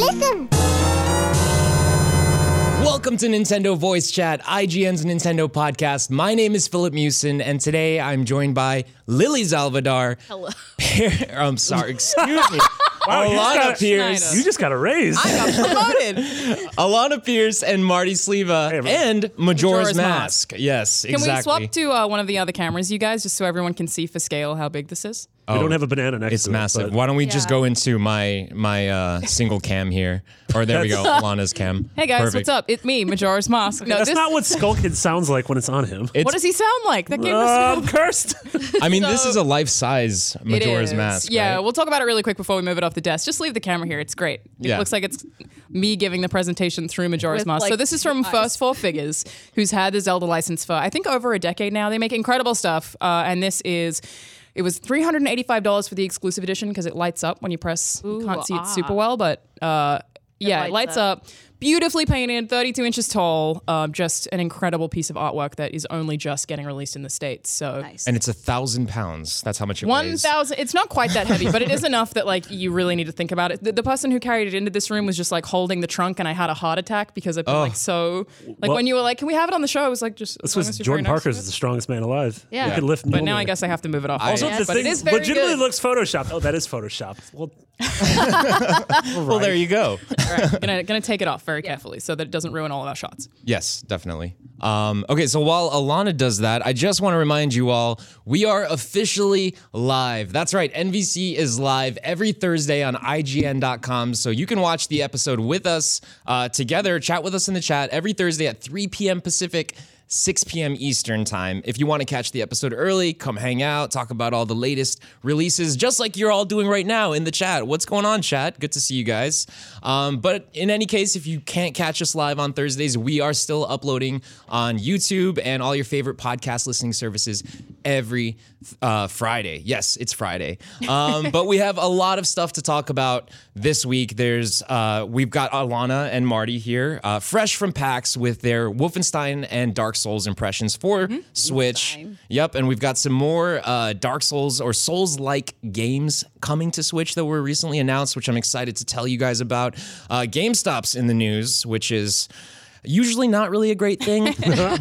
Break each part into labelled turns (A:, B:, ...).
A: Listen.
B: Welcome to Nintendo Voice Chat, IGN's Nintendo podcast. My name is Philip Mewson, and today I'm joined by Lily Zalvadar. Hello. I'm sorry, excuse me.
C: Wow, you just,
B: Alana
C: got a,
B: Pierce,
C: you just got a raise.
B: Alana Pierce, and Marty Sleva,
C: Hey, everyone.
B: and Majora's,
D: Majora's
B: Mask. Yes,
D: Can
B: exactly.
D: we swap to uh, one of the other cameras, you guys, just so everyone can see for scale how big this is?
C: we don't have a banana next
B: Oh, It's
C: to
B: massive.
C: it.
B: Why don't we just
D: Yeah.
B: go into my my uh, single cam here? Or there we go, Alana's cam.
D: Hey guys,
B: Perfect.
D: what's up? It's me, Majora's Mask. No,
C: That's
D: this,
C: not what Skull Kid sounds like when it's on him. Um,
D: what does he sound like? That game was
C: I'm cursed.
B: I mean, this is a life size
D: It
B: Majora's
D: is.
B: Mask.
D: Yeah,
B: right?
D: we'll talk about it really quick before we move it off the desk. Just leave the camera here. It's great. It
B: Yeah.
D: looks like it's me giving the presentation through Majora's
E: With,
D: Mask. so
E: like,
D: this is from First Four Figures, who's had the Zelda license for I think over a decade now. They make incredible stuff, uh, and this is. It was three hundred and eighty-five dollars for the exclusive edition because it lights up when you press. you
E: Ooh,
D: can't see it
E: ah.
D: super well, but uh, yeah, it lights
E: lights
D: up. Beautifully painted, thirty-two inches tall. Um, just an incredible piece of artwork that is only just getting released in the states. So
E: Nice.
B: And it's a thousand pounds. That's how much it
D: one
B: weighs.
D: thousand. It's not quite that heavy, but it is enough that like you really need to think about it. The, the person who carried it into this room was just like holding the trunk, and I had a heart attack because I've been like so. Like
C: Oh. Well-
D: when you were like, "Can we have it on the show?" I was like, "Just."
C: This was Jordan Parker's the strongest man alive.
E: Yeah.
C: He could lift
D: But
C: no
D: now I
C: man.
D: guess I have to move it off.
B: Also,
D: Yes,
C: This
D: but it
C: thing
D: is very
C: legitimately
D: good.
C: looks photoshopped. Oh, that is photoshopped. Well,
B: Well, there you go.
D: gonna, gonna take it off very carefully so that it doesn't ruin all of our shots.
B: Yes, definitely. Um, okay, so while Alana does that, I just want to remind you all we are officially live. That's right, NVC is live every Thursday on IGN.com. So you can watch the episode with us uh, together, chat with us in the chat every Thursday at 3 p.m. Pacific. 6 p.m. Eastern Time. If you want to catch the episode early, come hang out, talk about all the latest releases, just like you're all doing right now in the chat. What's going on, chat? Good to see you guys. Um, but in any case, if you can't catch us live on Thursdays, we are still uploading on YouTube and all your favorite podcast listening services every uh, Friday. Yes, it's Friday. Um, but we have a lot of stuff to talk about this week. There's uh, we've got Alana and Marty here, uh, fresh from PAX with their Wolfenstein and Dark Souls impressions for Switch. Yep, and we've got some more uh, Dark Souls or Souls like games coming to Switch that were recently announced, which I'm excited to tell you guys about. Uh, GameStop's in the news, which is. Usually not really a great thing,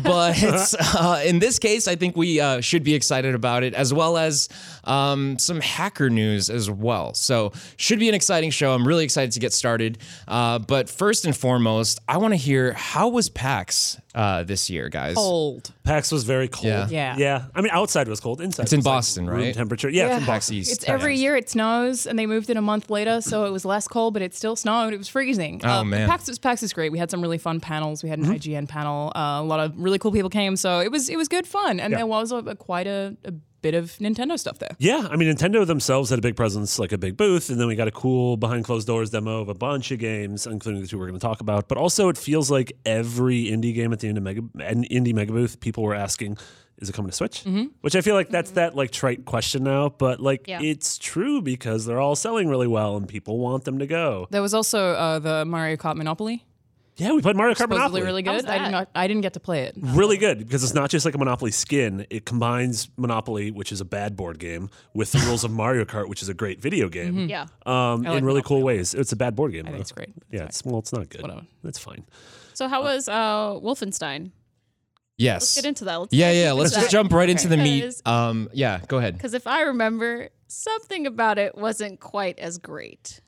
B: but uh, in this case, I think we uh, should be excited about it, as well as um, some hacker news as well. So, should be an exciting show. I'm really excited to get started. Uh, but first and foremost, I want to hear how was PAX uh, this year, guys?
E: Oh,
D: Old.
C: PAX was very cold.
B: Yeah.
D: Yeah.
C: Yeah. I mean, outside was cold. Inside
B: It's in
C: was like
B: Boston,
C: room
B: right?
C: temperature. Yeah, it's in
B: PAX
C: Boston.
B: East.
D: It's every year it snows, and they moved it a month later, so it was less cold, but it still snowed. It was freezing. Um,
B: Oh, man.
D: PAX, is- PAX is great. We had some really fun panels. We had an IGN panel. Uh, a lot of really cool people came, so it was it was good fun, and there was a, a- quite a, a bit of Nintendo stuff there.
C: Yeah, I mean, Nintendo themselves had a big presence, like a big booth, and then we got a cool behind closed doors demo of a bunch of games, including the two we're going to talk about. But also, it feels like every indie game at the end of Mega, an indie Mega Booth, people were asking, "Is it coming to Switch?"
D: Mm-hmm.
C: Which I feel like that's that like trite question now, but like
E: Yeah.
C: it's true because they're all selling really well and people want them to go.
D: There was also uh, the Mario Kart Monopoly.
C: Yeah, we played Mario Kart
D: Supposedly
C: Monopoly,
D: really
E: How was
D: good. I did
E: that?
D: not. I didn't get to play it.
C: really good because it's not just like a Monopoly skin. It combines Monopoly, which is a bad board game, with the rules of Mario Kart, which is a great video
D: Mm-hmm.
C: game.
E: yeah.
C: um, in really cool ways. It's a bad board game. I
D: think it's great.
C: Yeah, it's, well, it's not good.
D: Whatever.
C: That's fine.
E: So
C: Oh.
E: how was uh, Wolfenstein?
B: Yes.
E: Get into that. Let's
B: yeah, yeah. Let's just jump right into the
E: Okay.
B: meat. Um, yeah, go ahead.
E: Because if I remember, something about it wasn't quite as great.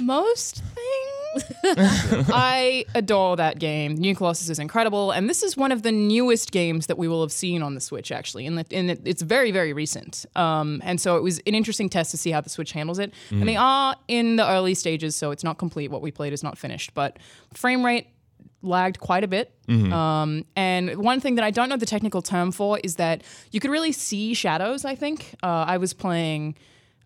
D: most things. I adore that game. New Colossus is incredible, and this is one of the newest games that we will have seen on the Switch, actually, and, it- and it- it's very, very recent. Um, and so it was an interesting test to see how the Switch handles it. And they are in the early stages, so it's not complete. What we played is not finished, but frame rate lagged quite a bit.
B: Mm-hmm.
D: Um, and one thing that I don't know the technical term for is that you could really see shadows. I think uh, I was playing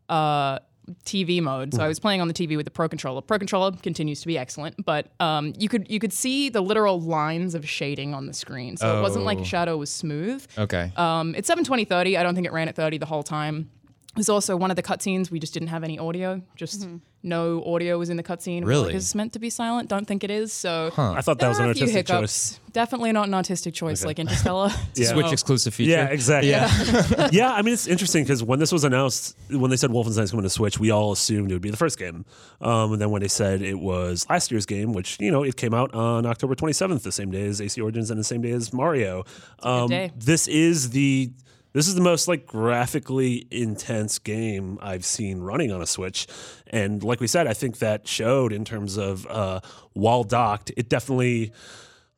D: uh, TV mode.
B: Mm-hmm.
D: So I was playing on the TV with the Pro controller. Pro controller continues to be excellent, but um, you could you could see the literal lines of shading on the screen. So it wasn't like
B: Oh.
D: shadow was smooth.
E: Uh,
B: Okay.
D: Um, it's 720 30. I don't think it ran at 30 the whole time. There's also one of the cutscenes we just didn't have any audio. Just no audio was in the cutscene. We're like,
B: Really?
D: "Is this meant to be silent? Don't think it is. So
C: I thought
D: there
C: that was an
D: are a few
C: artistic choice.
D: hiccups. Definitely not an artistic choice like Interstellar.
C: Yeah.
B: Switch exclusive feature.
C: Oh. Yeah, exactly. Yeah, I mean, it's interesting because when this was announced, when they said Wolfenstein's coming to Switch, we all assumed it would be the first game. Um, and then when they said it was last year's game, which, you know, it came out on October 27th, the same day as AC Origins and the same day as Mario. Um,
D: day.
C: This is the. This is the most like graphically intense game I've seen running on a Switch, and like we said, I think that showed in terms of uh, while docked, it definitely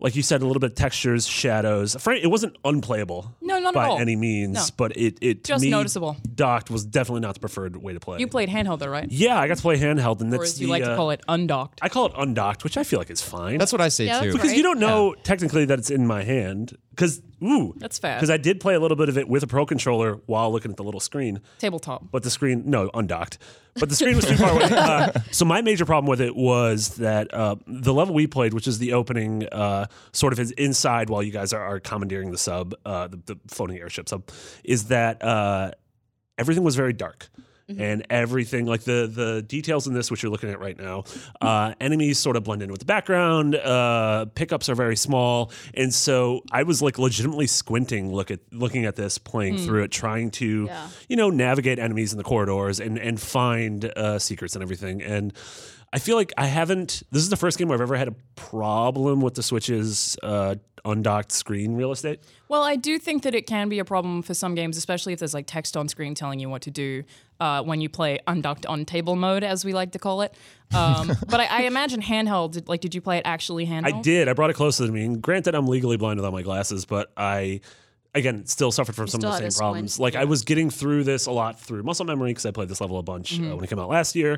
C: like you said, a little bit of textures, shadows. Fra- It wasn't unplayable.
D: No, not at
C: by
D: all.
C: any means.
D: No.
C: But it it to
D: Just
C: me,
D: noticeable.
C: Docked was definitely not the preferred way to play.
D: you played handheld though, right?
C: yeah, I got to play handheld, and
D: Or
C: that's
D: as
C: the
D: you like to
C: uh,
D: call it, undocked.
C: I call it undocked, which I feel like is fine.
B: That's what I say
E: Yeah,
B: too.
E: that's
C: because you don't know technically that it's in my hand. Because ooh,
D: That's fair.
C: Because I did play a little bit of it with a pro controller while looking at the little screen.
D: Tabletop.
C: But the screen, no, undocked. But the screen was too far away. Uh, so my major problem with it was that uh, the level we played, which is the opening, uh, sort of is inside while you guys are, are commandeering the sub, uh, the, the floating airship sub, is that uh, everything was very dark. And everything, like the the details in this, which you're looking at right now, uh, enemies sort of blend in with the background. Uh, pickups are very small, and so I was like legitimately squinting, look at looking at this, playing through it, trying to
E: Yeah.
C: you know, navigate enemies in the corridors and and find uh, secrets and everything. And I feel like I haven't. This is the first game where I've ever had a problem with the Switch's uh, undocked screen real estate.
D: Well, I do think that it can be a problem for some games, especially if there's like text on screen telling you what to do uh, when you play undocked on table mode, as we like to call it. Um, but I, I imagine handheld. did- Like, did you play it actually handheld?
C: I did. I brought it closer to me. And granted, I'm legally blind without my glasses, but I. Again, still suffered from some of
E: still
C: the same
E: had a squint.
C: problems. Like I was getting through this a lot through muscle memory because I played this level a bunch
E: Mm-hmm.
C: uh, when it came out last year.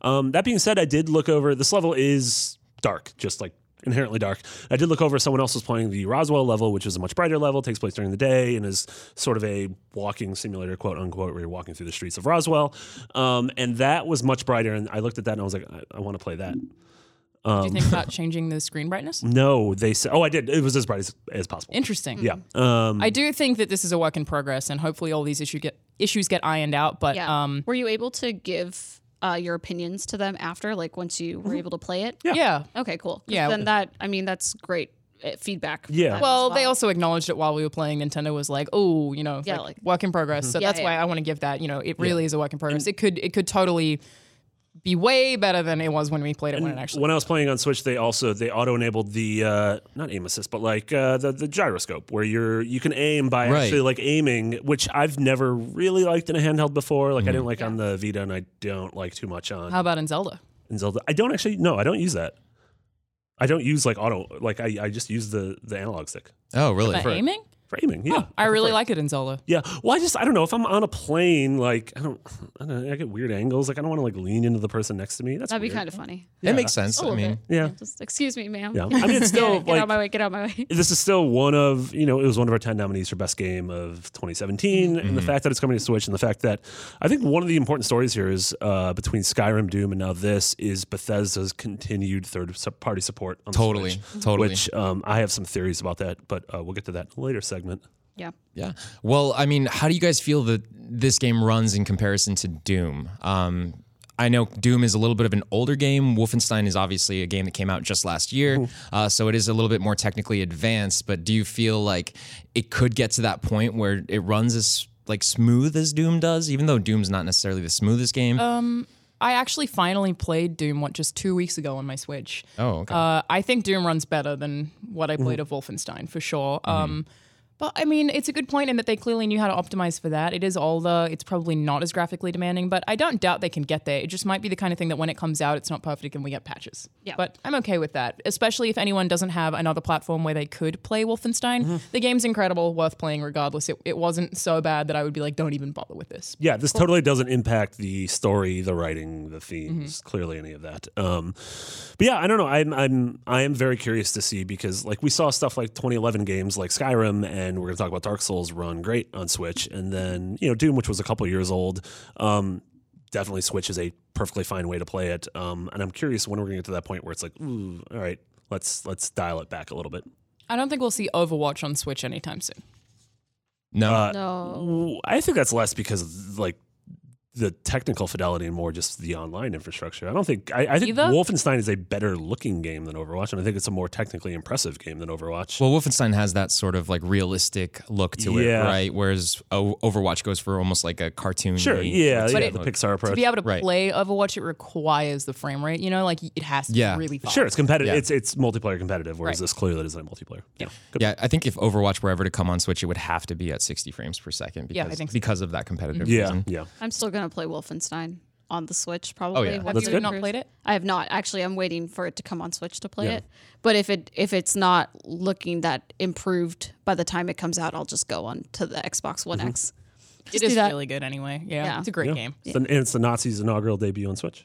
C: Um, that being said, I did look over. This level is dark, just like inherently dark. I did look over. Someone else was playing the Roswell level, which is a much brighter level, takes place during the day, and is sort of a walking simulator, quote unquote, where you're walking through the streets of Roswell. Um, and that was much brighter. And I looked at that and I was like, I, I want to play that.
D: Do you think
C: Um,
D: about changing the screen brightness?
C: No, they said. Oh, I did. It was as bright as, as possible.
D: Interesting.
C: Yeah. Um,
D: I do think that this is a work in progress, and hopefully, all these issue get issues get ironed out.
C: Uh,
D: But
E: Yeah.
D: um,
E: were you able to give uh, your opinions to them after, like once you were able to play it?
C: Mm-hmm. Yeah.
D: yeah.
E: Okay, cool. 'Cause
D: Yeah.
E: Then that, I mean, that's great uh, feedback. for
C: Yeah.
E: them as
D: Well, they also acknowledged it while we were playing. Nintendo was like, "Oh, you know,
E: Yeah,
D: like,
E: like-
D: work in progress." So
E: Yeah,
D: that's
E: yeah.
D: why I want to give that. You know, it really is a work in progress. it could it could totally be way better than it was when we played it when it actually.
C: when I was playing on Switch, they also they auto enabled the uh, not aim assist, but like uh, the the gyroscope where you're you can aim by
B: Right.
C: actually like aiming, which I've never really liked in a handheld before. Like I didn't like on the Vita, and I don't like too much on
D: How about in Zelda?
C: in Zelda. I don't actually no, I don't use that. I don't use like auto like I, I just use the the analog stick
B: Oh, really?
D: But aiming?
C: for aiming. Yeah.
D: I really like it in Zelda.
C: Yeah. Well, I just I don't know if I'm on a plane like I don't I, don't know, I get weird angles like I don't want to like lean into the person next to me. That's
E: That'd be
C: weird.
E: kind of funny.
B: It makes sense.
E: Oh,
B: I mean,
C: yeah.
E: Just, excuse me, ma'am.
C: Yeah. I mean, it's still
E: get, out
C: like
E: of my way. Get out of my way.
C: this is still one of you know it was one of our 10 nominees for best game of 2017
B: Mm-hmm.
C: and the fact that it's coming to switch and the fact that i think one of the important stories here is uh, between skyrim doom and now this is bethesda's continued third su- party support on the
B: Totally,
C: Switch,
B: totally.
C: which um, i have some theories about that but uh, we'll get to that in a later segment
E: Yeah.
B: yeah. Well, I mean, how do you guys feel that this game runs in comparison to Doom? Um, I know Doom is a little bit of an older game. Wolfenstein is obviously a game that came out just last year, uh, so it is a little bit more technically advanced. But do you feel like it could get to that point where it runs as like smooth as Doom does, even though Doom's not necessarily the smoothest game?
C: Um,
D: I actually finally played Doom what just two weeks ago on my Switch.
B: oh, okay.
D: Uh, I think Doom runs better than what I played of Wolfenstein for sure. Um, but I mean, it's a good point in that they clearly knew how to optimize for that. It is older; it's probably not as graphically demanding, but I don't doubt they can get there. It just might be the kind of thing that when it comes out, it's not perfect and we get patches.
E: Yeah.
D: But I'm okay with that, especially if anyone doesn't have another platform where they could play Wolfenstein. The game's incredible, worth playing regardless. It, it wasn't so bad that I would be like, don't even bother with this.
C: yeah this totally doesn't impact the story the writing the themes clearly any of that um but yeah i don't know i'm i'm i am very curious to see because like we saw stuff like 2011 games like skyrim and we're gonna talk about dark souls run great on switch and then you know doom which was a couple years old um definitely switch is a perfectly fine way to play it um and i'm curious when we're gonna get to that point where it's like ooh all right let's let's dial it back a little bit
D: I don't think we'll see Overwatch on Switch anytime soon.
B: no.
C: uh,
E: No.
C: Ooh, I think that's less because like the technical fidelity and more just the online infrastructure. I don't think I, I think
D: Either?
C: Wolfenstein is a better looking game than Overwatch, and I think it's a more technically impressive game than Overwatch.
B: Well, Wolfenstein has that sort of like realistic look to
C: Yeah.
B: it, right? Whereas o- Overwatch goes for almost like a cartoon.
C: sure, yeah,
D: But
C: yeah,
D: it-
C: the Pixar
D: to
C: approach.
D: be able to
B: Right.
D: play Overwatch, it requires the frame rate. You know, like it has to
B: Yeah.
D: be really fast.
C: Sure, it's competitive.
B: Yeah.
C: It's it's multiplayer competitive, whereas
D: Right.
C: this clearly doesn't have multiplayer. Yeah, Good.
B: Yeah, I think if Overwatch were ever to come on Switch, it would have to be at 60 frames per second because,
D: Yeah, I think so.
B: because of that competitive
C: yeah,
B: reason.
C: yeah.
E: I'm still gonna play Wolfenstein on the Switch
C: Oh,
E: probably.
B: yeah.
E: once
D: Have you
E: it
D: not
E: improves.
D: played it?
E: I have not. Actually, I'm waiting for it to come on Switch to play
C: Yeah.
E: it. But if it if it's not looking that improved by the time it comes out, I'll just go on to the Xbox One
C: Mm-hmm.
E: X.
D: It
E: Just
D: is
E: do that.
D: really good anyway. Yeah,
E: Yeah.
D: it's a great
C: Yeah.
D: game.
C: It's the- and it's the Nazis' inaugural debut on Switch.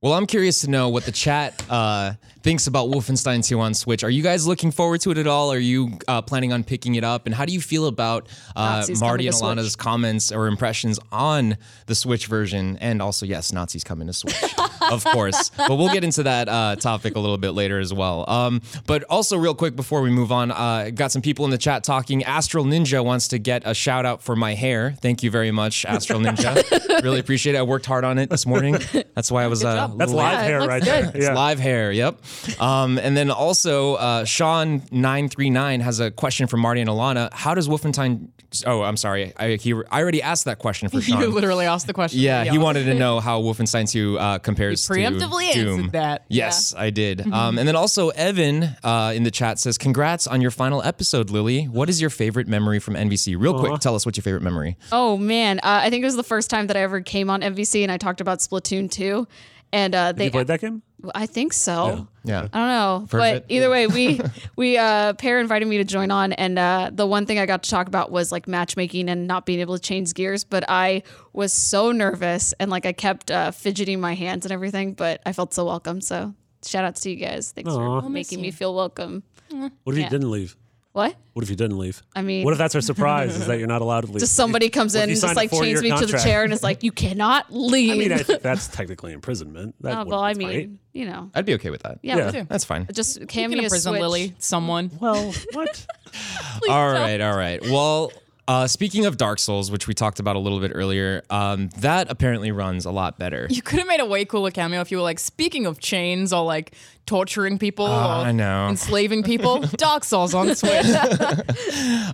B: Well, I'm curious to know what the chat uh, thinks about Wolfenstein 2 on Switch. Are you guys looking forward to it at all? Are you uh, planning on picking it up? And how do you feel about uh,
D: Nazis
B: Marty
D: coming
B: and
D: to
B: Alana's
D: Switch.
B: comments or impressions on the Switch version? And also, yes, Nazis coming to Switch, of course. But we'll get into that uh, topic a little bit later as well. Um, but also, real quick before we move on, uh, got some people in the chat talking. Astral Ninja wants to get a shout out for my hair. Thank you very much, Astral Ninja. really appreciate it. I worked hard on it this morning. That's why I was. Uh, a
C: That's
B: little late.
C: live hair
E: looks
C: right
E: good.
C: there.
B: It's
C: Yeah.
B: live hair. Yep. Um, and then also, uh, Sean nine three nine has a question for Marty and Alana. How does Wolfenstein? Oh, I'm sorry. I, he, I already asked that question for Sean.
D: You literally asked the question.
B: yeah, he wanted to know how Wolfenstein 2 uh, compares
D: You preemptively
B: to Doom.
D: answered that. Mm-hmm.
B: Yes, I did. Um, and then also, Evan uh, in the chat says, "Congrats on your final episode, Lily. What is your favorite memory from NBC? Real quick, tell us what's your favorite memory."
E: Oh man, uh, I think it was the first time that I ever came on MVC and I talked about Splatoon two, and uh, they
C: You played that game?
E: I think so.
B: Yeah.
E: I don't know,
B: Perfect.
E: but either way, we we uh, pair invited me to join on, and uh, the one thing I got to talk about was like matchmaking and not being able to change gears. But I was so nervous, and like I kept uh, fidgeting my hands and everything. But I felt so welcome. So shout outs to you guys. Thanks for making me feel welcome.
C: What if you didn't leave?
E: What?
C: What if you didn't leave?
E: I mean-
C: what if that's our surprise? is that you're not allowed to leave?
E: Just somebody comes
C: Well, if
E: in
C: you
E: and
C: signed
E: just
C: a
E: like
C: four-year
E: chains me to the
C: contract.
E: chair and is like, "You cannot leave."
C: I mean, I think that's technically imprisonment. That
E: Uh,
C: wouldn't
E: well, I
C: be
E: mean,
C: great.
E: you know,
B: I'd be okay with that.
E: yeah,
C: Yeah.
E: but
B: That's fine.
E: just
D: You
E: can
D: can
E: me a
D: imprison
E: switch.
D: Lily, someone.
C: well, what?
B: all right, all right. Well, uh, speaking of Dark Souls, which we talked about a little bit earlier, um, that apparently runs a lot better.
D: You could have made a way cooler cameo if you were like, speaking of chains or like torturing people or
B: Ah, Uh, I know.
D: enslaving people, Dark Souls on Switch. Uh,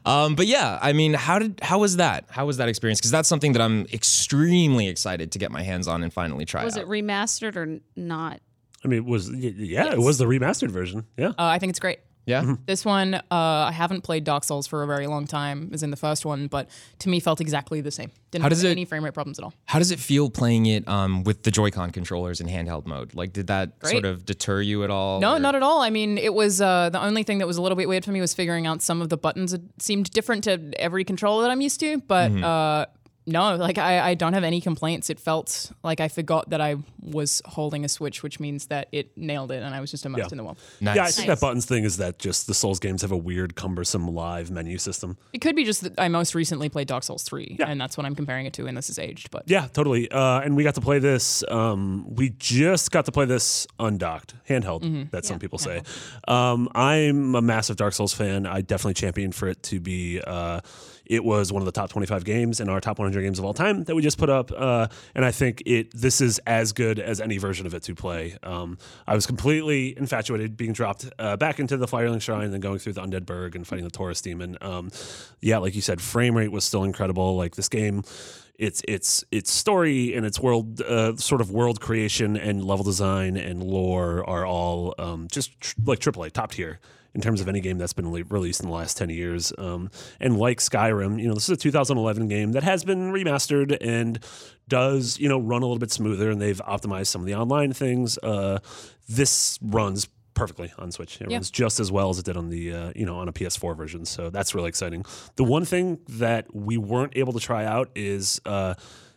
B: Um, but yeah, I mean, how did how was that? How was that experience? Because that's something that I'm extremely excited to get my hands on and finally try.
E: Was
B: out.
E: it remastered or n- not?
C: I mean, it was y- yeah, it was the remastered version. Yeah,
D: Uh, I think it's great.
B: yeah.
D: This one, uh, I haven't played Dark Souls for a very long time, as in the first one, but to me felt exactly the same. Didn't
B: How does
D: have
B: it-
D: any frame rate problems at all.
B: How does it feel playing it um, with the Joy-Con controllers in handheld mode? Like, did that sort of deter you at all?
D: No,
B: or-
D: not at all. I mean, it was uh, the only thing that was a little bit weird for me was figuring out some of the buttons that seemed different to every controller that I'm used to. But
C: Mm-hmm.
D: uh, no, like I, I don't have any complaints. It felt like I forgot that I was holding a Switch, which means that it nailed it, and I was just immersed
C: Yeah.
D: in the world.
B: Nice.
C: yeah. I think that buttons thing is that just the Souls games have a weird, cumbersome live menu system.
D: It could be just that I most recently played Dark Souls three, and that's what I'm comparing it to, and this is aged. But
C: Yeah, totally. Uh, and we got to play this. Um, we just got to play this undocked, handheld, that some people say. Um, I'm a massive Dark Souls fan. I definitely champion for it to be. Uh, it was one of the top 25 games in our top 100 games of all time that we just put up, uh, and I think it this is as good as any version of it to play. Um, I was completely infatuated, being dropped uh, back into the Firelink Shrine, then going through the Undead Burg and fighting the Taurus Demon. Um, yeah, like you said, frame rate was still incredible. Like this game its its its story and its world uh, sort of world creation and level design and lore are all um, just tr- like AAA top tier in terms of any game that's been le- released in the last 10 years um, and like skyrim you know this is a 2011 game that has been remastered and does you know run a little bit smoother and they've optimized some of the online things uh, this runs perfectly on Switch. It runs just as well as it did on the uh, you know on a PS4 version. So that's really exciting. The one thing that we weren't able to try out is. Uh,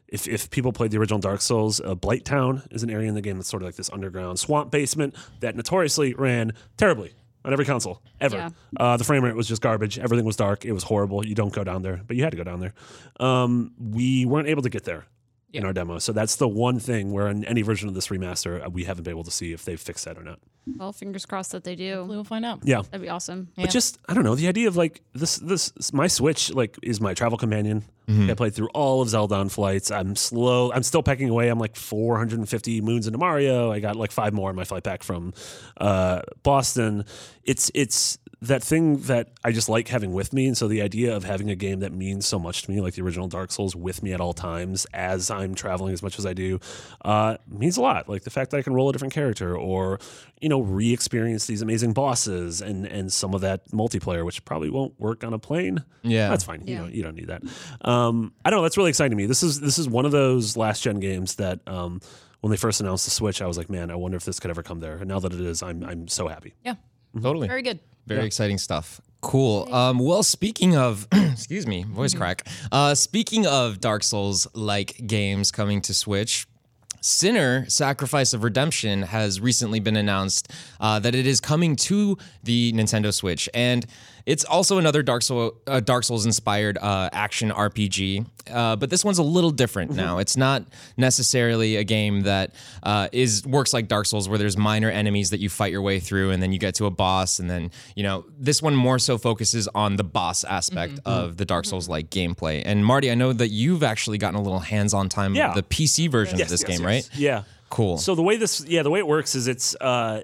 C: if, if people played the original Dark Souls, uh, Blight Town is an area in the game that's sort of like this underground swamp basement that notoriously ran terribly on every console ever.
E: Yeah.
C: Uh, the frame rate was just garbage. Everything was dark. It was horrible. You don't go down there, but you had to go down there. Um, we weren't able to get there in our demo, so that's the one thing where in any version of this remaster uh, we haven't been able to see if they've fixed that or not.
E: Well, fingers crossed that they do.
D: We'll find out.
C: Yeah.
E: That'd be awesome.
D: Yeah.
C: But just I don't know the idea of like this this my Switch like is my travel companion. I played through all of Zelda on flights. I'm slow. I'm still pecking away. I'm like 450 moons into Mario. I got like five more in my flight back from uh, Boston. It's it's that thing that I just like having with me, and so the idea of having a game that means so much to me, like the original Dark Souls, with me at all times as I'm traveling as much as I do, uh, means a lot. Like the fact that I can roll a different character, or you know, re-experience these amazing bosses and and some of that multiplayer, which probably won't work on a plane.
B: Yeah.
C: that's fine. You
E: Yeah.
C: know, you don't need that. Um, I don't know. That's really exciting to me. This is this is one of those last gen games that. Um, when they first announced the Switch, I was like, "Man, I wonder if this could ever come there." And now that it is, I'm I'm so happy.
D: Yeah.
B: Totally.
D: Very good.
B: Very exciting stuff. Cool. Um, well, speaking of, excuse me, voice crack. Uh, speaking of Dark Souls like games coming to Switch, Sinner Sacrifice of Redemption has recently been announced uh, that it is coming to the Nintendo Switch. And it's also another Dark, Soul, uh, Dark Souls inspired uh, action RPG. Uh, but this one's a little different
C: Mm-hmm.
B: now. It's not necessarily a game that uh, is works like Dark Souls, where there's minor enemies that you fight your way through, and then you get to a boss, and then you know this one more so focuses on the boss aspect
C: Mm-hmm.
B: of the Dark Souls like gameplay. And Marty, I know that you've actually gotten a little hands-on time
C: Yeah.
B: with the PC version of this
C: Yes,
B: game,
C: yes,
B: right?
C: yes. Yeah.
B: Cool.
C: So the way this, yeah, the way it works is it's uh,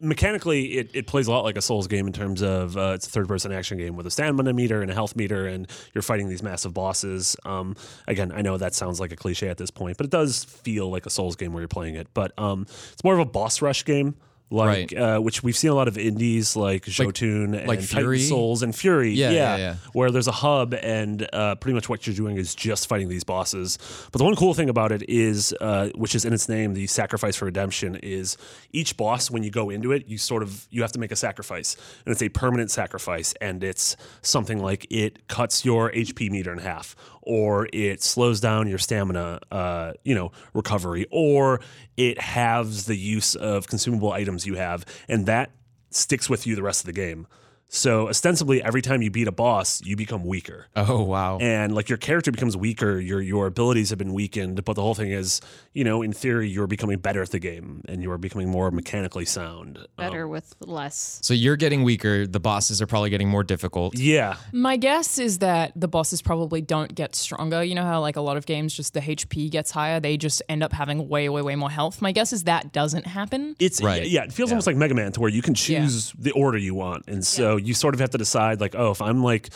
C: mechanically it, it plays a lot like a Souls game in terms of uh, it's a third person action game with a stamina meter and a health meter, and you're fighting these massive bosses. Um, again, I know that sounds like a cliche at this point, but it does feel like a Souls game where you're playing it. But um, it's more of a boss rush game. Like
B: Right.
C: uh, which we've seen a lot of indies like Jotun and
B: like
C: Titan
B: Fury?
C: Souls and Fury,
B: Yeah, yeah, yeah.
C: where there's a hub and uh, pretty much what you're doing is just fighting these bosses. But the one cool thing about it is, uh, which is in its name, the sacrifice for redemption is each boss when you go into it, you sort of you have to make a sacrifice, and it's a permanent sacrifice, and it's something like it cuts your HP meter in half, or it slows down your stamina, uh, you know, recovery, or it halves the use of consumable items you have, and that sticks with you the rest of the game. So ostensibly, every time you beat a boss, you become weaker,
B: oh wow.
C: and like your character becomes weaker. Your your abilities have been weakened, but the whole thing is, you know, in theory, you're becoming better at the game, and you are becoming more mechanically sound. Um,
E: Better with less.
B: so you're getting weaker. The bosses are probably getting more difficult.
C: yeah,
D: My guess is that the bosses probably don't get stronger. You know how like a lot of games just the HP gets higher, they just end up having way way way more health. My guess is that doesn't happen.
C: It's
B: Right.
C: yeah, it feels almost like Mega Man to where you can choose the order you want. And so you sort of have to decide like, oh, if I'm like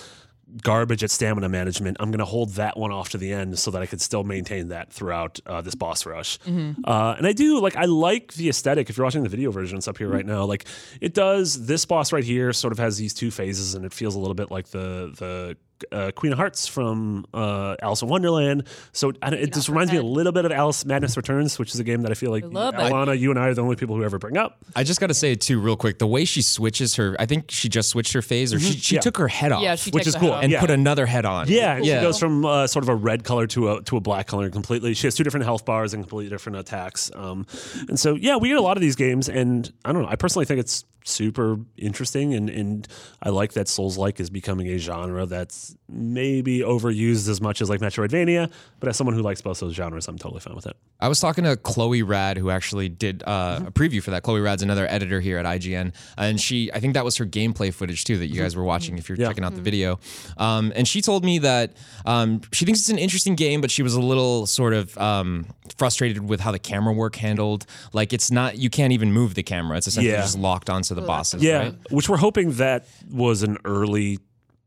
C: garbage at stamina management, I'm going to hold that one off to the end so that I can still maintain that throughout uh, this boss rush. Uh, and I do like I like the aesthetic. If you're watching the video version, it's up here right now. Like it does this boss right here sort of has these two phases and it feels a little bit like the the uh, Queen of Hearts from uh, Alice in Wonderland. So I don't- it just reminds me a little bit of Alice Madness Returns, which is a game that I feel like
D: love it.
C: Alana, you and I are the only people who ever bring up.
B: I just got to say too, real quick, the way she switches her, I think she just switched her phase, or she, she
C: Mm-hmm. Yeah.
B: took her head off.
D: Yeah, she
C: Which
D: takes
C: is
D: the
C: cool.
D: head off.
B: and
C: Yeah.
B: put another head on.
C: Yeah, and
B: yeah.
C: she goes from uh, sort of a red color to a to a black color completely. She has two different health bars and completely different attacks. Um, and so yeah, we get a lot of these games, and I don't know. I personally think it's super interesting, and and I like that Souls like is becoming a genre that's maybe overused as much as like Metroidvania. But as someone who likes both those genres, I'm totally fine with it.
B: I was talking to Chloe Rad, who actually did uh,
C: Mm-hmm.
B: a preview for that. Chloe Rad's another editor here at IGN, and she, I think that was her gameplay footage too that
C: Mm-hmm.
B: you guys were watching if you're checking out the
D: Mm-hmm.
B: video. Um, and she told me that um, she thinks it's an interesting game, but she was a little sort of um, frustrated with how the camera work handled. Like it's not, you can't even move the camera; it's essentially
C: Yeah.
B: just locked onto the bosses.
C: Yeah,
B: right?
C: which we're hoping that was an early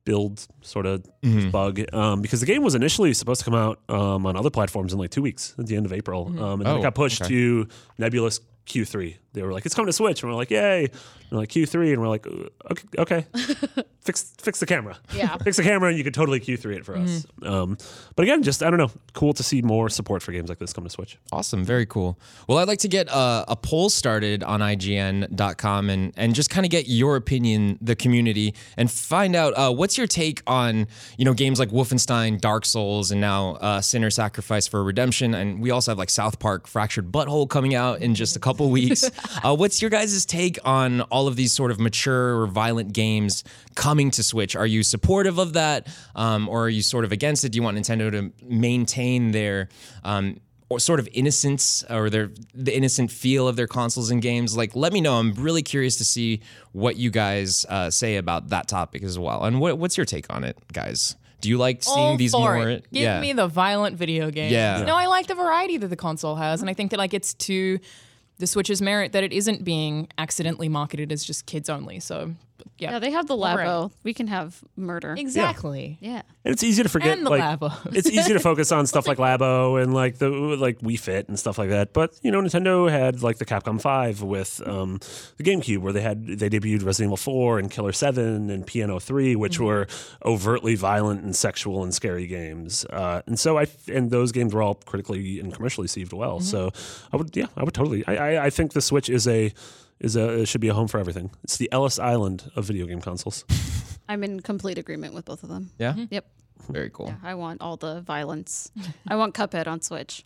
C: build sort of
B: Mm-hmm.
C: bug um, because the game was initially supposed to come out um, on other platforms in like two weeks at the end of April, um, and then
B: Oh,
C: it got pushed to Nebulous Q3. They were like, "It's coming to Switch," and we're like, "Yay!" And we're like Q3, and we're like, "Uh, "Okay, okay, fix fix the camera,
E: Yeah.
C: fix the camera, and you could totally Q3 it for us." Um, but again, just I don't know, cool to see more support for games like this come to Switch.
B: Awesome, very cool. Well, I'd like to get uh, a poll started on IGN.com and and just kind of get your opinion, the community, and find out uh, what's your take on you know games like Wolfenstein, Dark Souls, and now uh, Sinner Sacrifice for Redemption, and we also have like South Park Fractured Butthole coming out in just a couple weeks. uh, what's your guys' take on all of these sort of mature or violent games coming to Switch? Are you supportive of that, um, or are you sort of against it? Do you want Nintendo to maintain their um, or sort of innocence or their the innocent feel of their consoles and games, like let me know. I'm really curious to see what you guys uh, say about that topic as well. And what, what's your take on it, guys? Do you like seeing
D: all
B: these
D: for
B: more?
D: it. Give me the violent video games.
B: Yeah.
D: No, I like the variety that the console has, and I think that like it's to the Switch's merit that it isn't being accidentally marketed as just kids only. So yeah,
E: Yeah, they have the labo. We can have murder.
D: exactly.
E: Yeah.
C: And it's easy to forget.
D: And the
C: like,
D: Labo.
C: it's easy to focus on stuff like Labo and like the like Wii Fit and stuff like that. But you know, Nintendo had like the Capcom Five with um, the GameCube, where they had they debuted Resident Evil Four and Killer Seven and Piano Three, which
D: Mm-hmm.
C: were overtly violent and sexual and scary games. Uh, and so I and those games were all critically and commercially received well.
D: Mm-hmm.
C: So I would yeah, I would totally. I, I I think the Switch is a is a should be a home for everything. It's the Ellis Island of video game consoles.
E: I'm in complete agreement with both of them.
B: Yeah.
D: Mm-hmm.
E: Yep.
B: Very cool.
E: I want all the violence. I want Cuphead on Switch.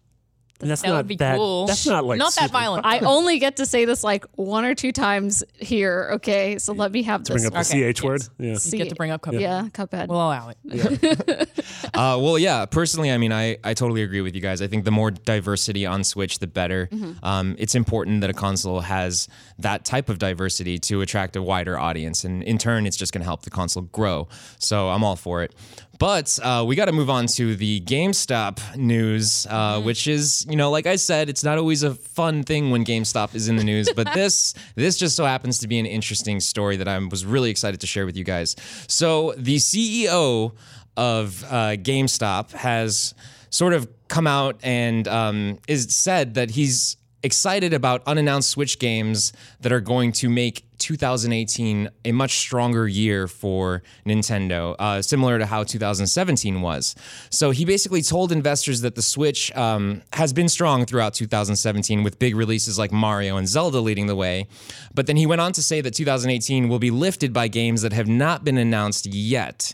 C: And that's
D: That
C: not
D: would be
C: that,
D: cool.
C: That's not like
D: Not that
C: super-
D: violent.
E: I only get to say this like one or two times here, okay? So let me have
C: Bring
E: this.
C: up
E: one.
C: the
D: Okay,
C: ch word. Yeah.
D: You get to bring up Cuphead.
E: Yeah, Cuphead.
D: We'll allow it.
B: Uh, well, yeah. Personally, I mean, I, I totally agree with you guys. I think the more diversity on Switch, the better. Um, it's important that a console has that type of diversity to attract a wider audience, and in turn, it's just going to help the console grow. So I'm all for it. But uh, we got to move on to the GameStop news, uh, which is, you know, like I said, it's not always a fun thing when GameStop is in the news, but this this just so happens to be an interesting story that I was really excited to share with you guys. So the E CEO of uh, GameStop has sort of come out and um, is said that he's excited about unannounced Switch games that are going to make 2018 a much stronger year for Nintendo, uh, similar to how 2017 was. So he basically told investors that the Switch um, has been strong throughout 2017 with big releases like Mario and Zelda leading the way. But then he went on to say that 2018 will be lifted by games that have not been announced yet.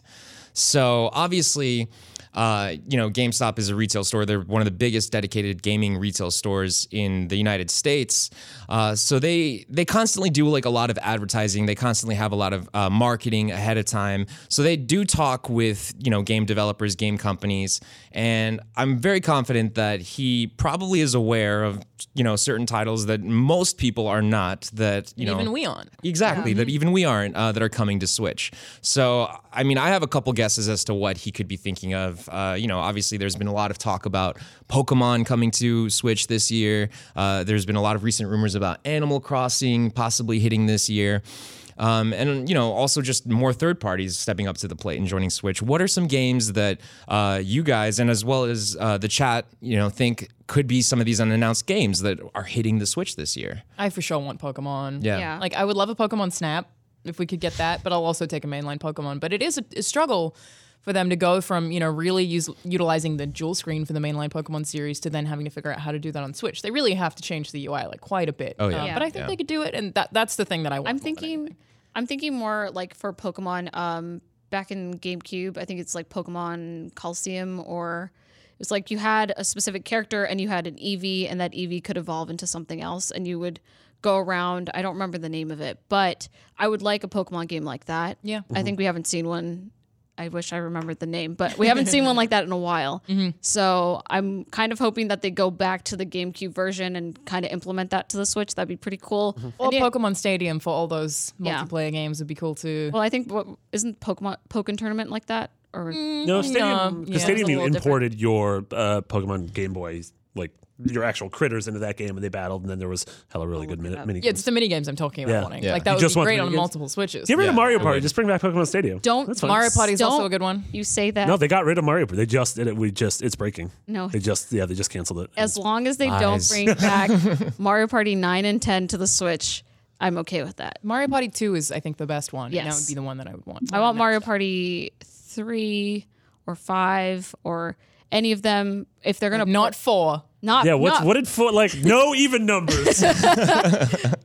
B: So obviously, uh, you know, GameStop is a retail store. They're one of the biggest dedicated gaming retail stores in the United States. Uh, so they they constantly do like a lot of advertising. They constantly have a lot of uh, marketing ahead of time. So they do talk with you know game developers, game companies, and I'm very confident that he probably is aware of you know certain titles that most people are not. That you know
D: Even we on.
B: Exactly, that even we aren't, uh, that are coming to Switch. So, I mean, I have a couple guesses as to what he could be thinking of. Uh, you know, obviously, there's been a lot of talk about Pokemon coming to Switch this year. Uh, there's been a lot of recent rumors about Animal Crossing possibly hitting this year. Um, and you know, also just more third parties stepping up to the plate and joining Switch. What are some games that uh, you guys and as well as uh, the chat, you know, think could be some of these unannounced games that are hitting the Switch this year?
D: I for sure want Pokemon.
E: Yeah.
D: Like I would love a Pokemon Snap if we could get that, but I'll also take a mainline Pokemon. But it is a, a struggle for them to go from you know really use, utilizing the dual screen for the mainline Pokemon series to then having to figure out how to do that on Switch. They really have to change the UI like quite a bit. Oh
B: yeah.
D: But I think they could do it, and that that's the thing that I want.
E: I'm thinking I'm thinking more like for Pokemon um back in GameCube, I think it's like Pokemon Coliseum or it was like you had a specific character and you had an EV and that EV could evolve into something else and you would go around. I don't remember the name of it, but I would like a Pokemon game like that.
D: Yeah.
E: I think we haven't seen one. I wish I remembered the name, but we haven't seen one like that in a while. So I'm kind of hoping that they go back to the GameCube version and kind of implement that to the Switch. That'd be pretty cool.
D: Or
E: And yeah-
D: Pokemon Stadium for all those
E: Yeah.
D: multiplayer games would be cool too.
E: well, I think what isn't Pokemon Pokemon tournament like that? Or
D: Mm.
C: No, Stadium.
D: No,
C: Because
D: yeah.
C: Stadium,
E: It's a
C: you
E: little
C: imported your uh, Pokemon Game Boy, like your actual critters into that game, and they battled, and then there was hella really good mini. mini
D: yeah, it's the mini games I'm talking about
C: Yeah.
D: wanting.
B: Yeah.
D: Like that
C: You
D: would
C: just
D: be
C: want
D: great
C: mini
D: on
C: games?
D: multiple Switches.
C: Get rid of
B: Yeah,
C: Mario
B: I
C: Party.
B: would.
C: Just bring back Pokemon Stadium.
E: Don't-
C: That's fine.
D: Mario Party is also
E: Don't-
D: a good one.
E: you say that
C: No, they got rid of Mario Party. They just did it. We just it's breaking.
E: No.
C: they just yeah they just canceled it.
E: as long as they don't
B: Lies.
E: bring back Mario Party nine and ten to the Switch, I'm okay with that.
D: Mario Party 2 is, I think, the best one. And that
E: Yes.
D: would be the one that I would want.
E: I want Mario Party three or five or any of them if they're gonna
D: Not 4.
E: not
C: yeah, what's
E: not-
C: what did for like no even numbers?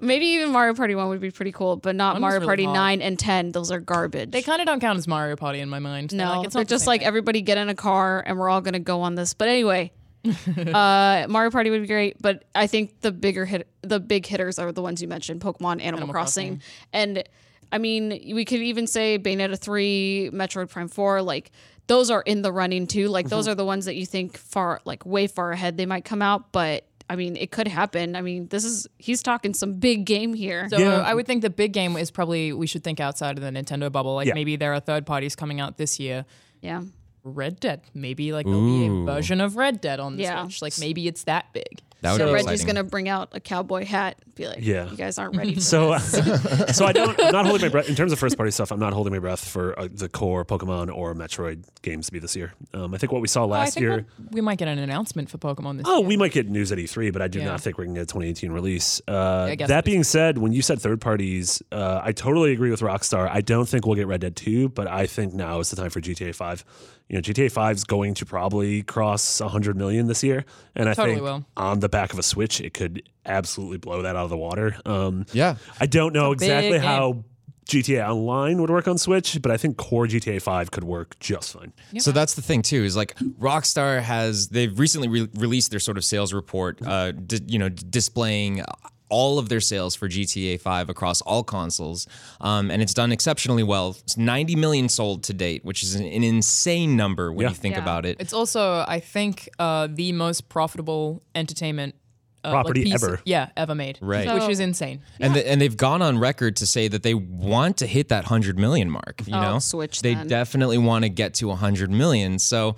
E: maybe even Mario Party one would be pretty cool, but not Mario
D: really
E: Party
D: hard.
E: nine and ten. Those are garbage.
D: They kind of don't count as Mario Party in my mind. They're
E: No,
D: like, it's
E: they're
D: not the
E: just
D: same
E: like
D: thing.
E: everybody get in a car and we're all gonna go on this. But anyway, uh, Mario Party would be great, but I think the bigger hit, the big hitters are the ones you mentioned: Pokemon, Animal, Crossing. and I mean, we could even say Bayonetta 3, Metroid Prime 4, like those are in the running too. Like
D: Mm-hmm.
E: those are the ones that you think far like way far ahead they might come out, but I mean, it could happen. I mean, this is he's talking some big game here.
D: So uh, I would think the big game is probably we should think outside of the Nintendo bubble. Like
C: Yeah.
D: maybe there are third parties coming out this year.
E: yeah.
D: Red Dead, maybe like there'll be a
B: Ooh.
D: version of Red Dead on the
E: Yeah.
D: Switch. Like maybe it's that big.
B: That would
E: So
B: be
E: Reggie's
B: exciting.
E: gonna bring out a cowboy hat, and be like,
C: Yeah.
E: you guys aren't ready." For
C: So, uh, so I don't. I'm not holding my breath in terms of first party stuff. I'm not holding my breath for uh, the core Pokemon or Metroid games to be this year. Um, I think what we
E: Oh,
C: saw
D: I
C: last
D: think
C: year.
D: we'll- we might get an announcement for Pokemon this
C: Oh,
D: year.
C: we might get news at E3, but I do
D: Yeah.
C: not think we're going to get a 2018 release. Uh,
D: I guess
C: that
D: it is-
C: being said, when you said third parties, uh, I totally agree with Rockstar. I don't think we'll get Red Dead 2, but I think now is the time for GTA 5. You know, GTA 5 is going to probably cross 100 million this year, and I
D: Totally
C: think
D: will.
C: on the back of a Switch, it could absolutely blow that out of the water. Um,
B: Yeah.
C: I don't know
D: big
C: exactly
D: game.
C: how GTA Online would work on Switch, but I think core GTA 5 could work just fine.
B: So that's the thing too is like Rockstar has they've recently re- released their sort of sales report, uh, di- you know, displaying all of their sales for GTA 5 across all consoles, um, and it's done exceptionally well. It's 90 million sold to date, which is an, an insane number when you think
E: Yeah.
B: about it.
D: It's also, I think, uh, the most profitable entertainment uh, like,
C: Property
D: piece-
C: ever.
D: Yeah, ever made.
B: Right.
D: Which
E: So-
D: is insane.
B: And, the, and they've gone on record to say that they want to hit that 100 million mark, you know?
E: switch
B: They
E: then.
B: definitely want to get to 100 million. So,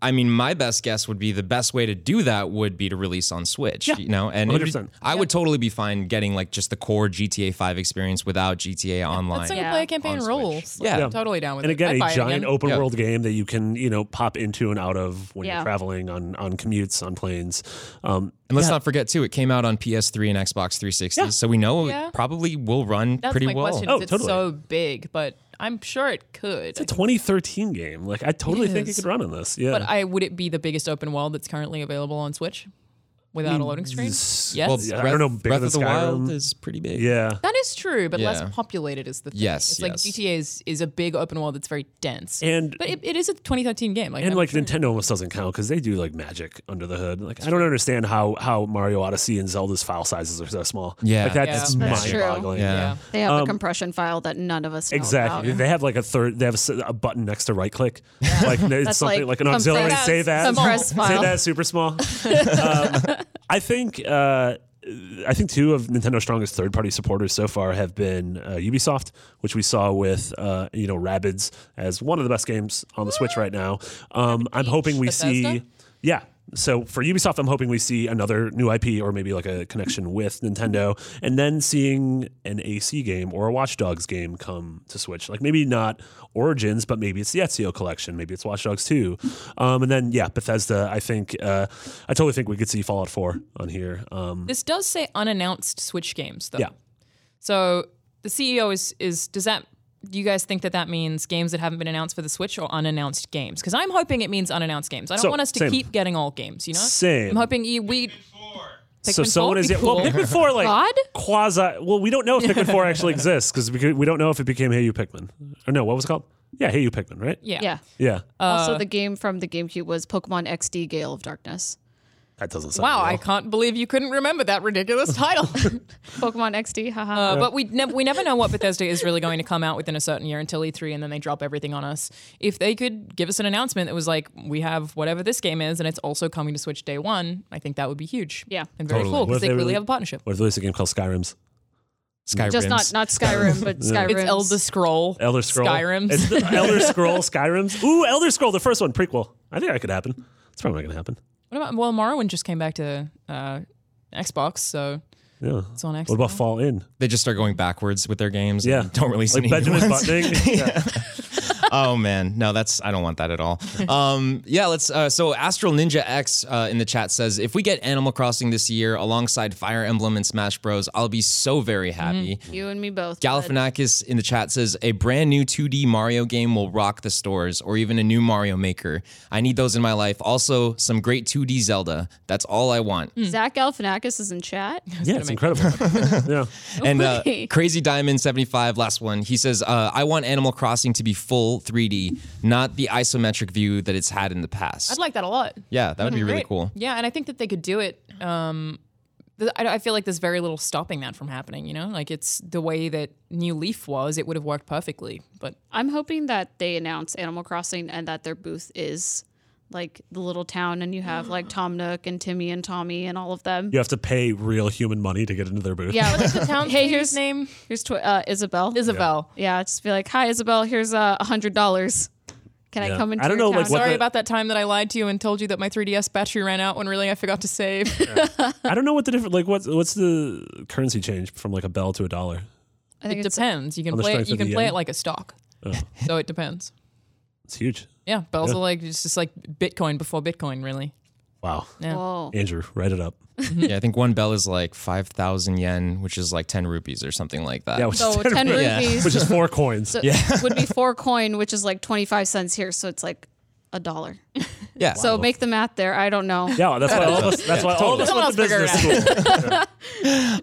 B: I mean, my best guess would be the best way to do that would be to release on Switch, you know? And it'd be-
C: 100%.
B: I would totally be fine getting like just the core GTA 5 experience without GTA Online.
D: Single
E: Yeah.
D: player campaign
B: On Switch.
D: rules.
B: Yeah.
D: I'm totally down with it.
C: and
D: I'd
C: again,
D: buy
C: a
D: it
C: giant open
B: Yeah.
C: world game that you can you know pop into and out of when
E: Yeah.
C: you're traveling on on commutes on planes. Um,
B: and let's not forget, too, it came out on PS3 and Xbox 360. So we know
D: Yeah.
B: it probably will run
D: That's
B: pretty
D: my
B: well.
D: question.
C: Oh,
D: it's
C: totally.
D: so big, but I'm sure it could.
C: it's a 2013 game. Like I totally think it
D: Yes.
C: could run on this. Yeah.
D: But I would it be the biggest open world that's currently available on Switch without
B: Mm,
D: a loading screen? Yes.
C: s- well, Yeah, I don't know, bigger
B: Breath
C: than
B: of the Wild
C: Skyrim.
B: is pretty big.
C: yeah.
D: That is true, but
B: Yeah.
D: less populated is the thing.
B: Yes,
D: it's
B: yes.
D: like GTA is, is a big open world that's very dense.
C: And-
D: but it, it is a 2013 game. Like,
C: And
D: I'm
C: like
D: sure-
C: Nintendo almost doesn't count because they do like magic under the hood. Like I don't understand how how Mario Odyssey and Zelda's file sizes are so small.
B: Yeah.
C: like, that's
D: Yeah.
C: just
E: That's
C: mind
E: true.
C: boggling.
B: Yeah.
D: yeah.
E: They have a compression file that none of us know
C: Um, Exactly.
E: about.
C: They have like a third. They have a, s- a button next to right click, like it's something
E: like
C: like, an auxiliary.
E: compress-
C: Say that.
E: compress
C: Say
E: file.
C: that. Super small. um, I think. Uh, I think two of Nintendo's strongest third-party supporters so far have been uh, Ubisoft, which we saw with uh, you know Rabbids as one of the best games on the Switch right now. Um, I'm hoping we see,
D: Bethesda?
C: yeah. So for Ubisoft, I'm hoping we see another new IP or maybe like a connection with Nintendo, and then seeing an AC game or a Watch Dogs game come to Switch. Like maybe not Origins, but maybe it's the Ezio collection, maybe it's Watch Dogs 2, um, and then yeah, Bethesda. I think uh, I totally think we could see Fallout 4 on here. Um,
D: This does say unannounced Switch games, though.
C: Yeah.
D: So the CEO is is does that? Do you guys think that that means games that haven't been announced for the Switch or unannounced games? Because I'm hoping it means unannounced games. I don't
C: So,
D: want us to
C: same.
D: keep getting all games. You know,
C: Same.
D: I'm hoping you, we.
C: so
D: Pikmin 4
C: someone
D: would
C: is
D: be
C: well
D: cool.
C: Pikmin four like
E: God?
C: quasi. Well, we don't know if Pikmin four actually exists because we don't know if it became Hey You Pikmin or no. What was it called? Yeah, Hey You Pikmin, right?
D: Yeah. Uh,
E: Yeah. Uh,
C: Yeah.
E: also, the game from the GameCube was Pokemon XD Gale of Darkness.
C: that doesn't sound.
D: Wow, I
C: real.
D: can't believe you couldn't remember that ridiculous title.
E: Pokemon XD, haha.
D: Uh, but we nev- we never know what Bethesda is really going to come out within a certain year until E3, and then they drop everything on us. If they could give us an announcement that was like, we have whatever this game is, and it's also coming to Switch day one, I think that would be huge.
E: Yeah.
D: and very
B: Totally.
D: cool
C: What
D: because
C: if
D: they
C: they
D: clearly
C: really-
D: have a partnership.
C: What if they release a game called Skyrim's?
B: Skyrim.
E: Just not not Skyrim, but Skyrim.
D: It's Elder Scroll,
C: Elder Scroll.
D: Skyrim.
C: It's the Elder Scroll. Skyrim's. Ooh, Elder Scroll, the first one prequel. I think that could happen. It's probably not going to happen.
D: what about well, Morrowind just came back to uh, Xbox, so
C: Yeah.
D: it's on Xbox.
C: What about Fall In?
B: They just start going backwards with their games. and
C: Yeah.
B: Don't release
C: Like
B: any new
C: Benjamin
B: ones.
C: Buttoning. yeah.
B: oh man, no, that's I don't want that at all. Um, yeah, let's. Uh, so Astral Ninja X uh, in the chat says, if we get Animal Crossing this year alongside Fire Emblem and Smash Bros, I'll be so very happy.
E: you and me both. but
B: Galifianakis in the chat says a brand new 2D Mario game will rock the stores, or even a new Mario Maker. I need those in my life. Also, some great 2D Zelda. That's all I want.
E: Hmm. Zach Galifianakis is in chat.
C: yeah, it's incredible. yeah.
B: And uh,
E: Okay.
B: Crazy Diamond 75, last one. He says, uh, I want Animal Crossing to be full 3D, not the isometric view that it's had in the past.
D: I'd like that a lot.
B: yeah, that would be really
D: Great.
B: cool.
D: Yeah, and I think that they could do it. Um, th- I, I feel like there's very little stopping that from happening. You know, like it's the way that New Leaf was, it would have worked perfectly. But
E: I'm hoping that they announce Animal Crossing and that their booth is like the little town and you have like Tom Nook and Timmy and Tommy and all of them.
C: You have to pay real human money to get into their booth.
E: Yeah,
D: the town's
E: Hey, here's-
D: name
E: here's tw- uh, Isabel.
D: Isabel.
E: yeah, just be like, "Hi, Isabel. Here's a uh, hundred dollars. Can
C: Yeah.
E: I come into
C: I don't know,
E: your
C: like,
E: town?"
C: what
D: Sorry
C: the-
D: about that time that I lied to you and told you that my 3DS battery ran out when really I forgot to save.
C: I don't know what the different like what's what's the currency change from like a bell to a dollar?
E: I think
D: it
E: it's
D: depends. You can
C: On the
D: play it,
C: strength
D: you
C: of the
D: can play
C: yen?
D: it like a stock. So it depends.
C: It's huge.
D: Yeah, bells are like it's just like Bitcoin before Bitcoin, really.
C: Wow.
E: Whoa.
C: Andrew, write it up.
B: yeah, I think one bell is like 5,000 yen, which is like 10 rupees or something like that.
C: Yeah, which,
E: So
C: is, 10
E: ten
C: rupees,
B: Yeah.
E: rupees
C: which is four coins.
E: so would be four coin, which is like twenty five cents here, so it's like a dollar.
B: Yeah.
E: So make the math there. I don't know.
C: Yeah, that's why all of us. That's why all of us
D: Someone
C: went to
D: else
C: business
D: figure
C: school.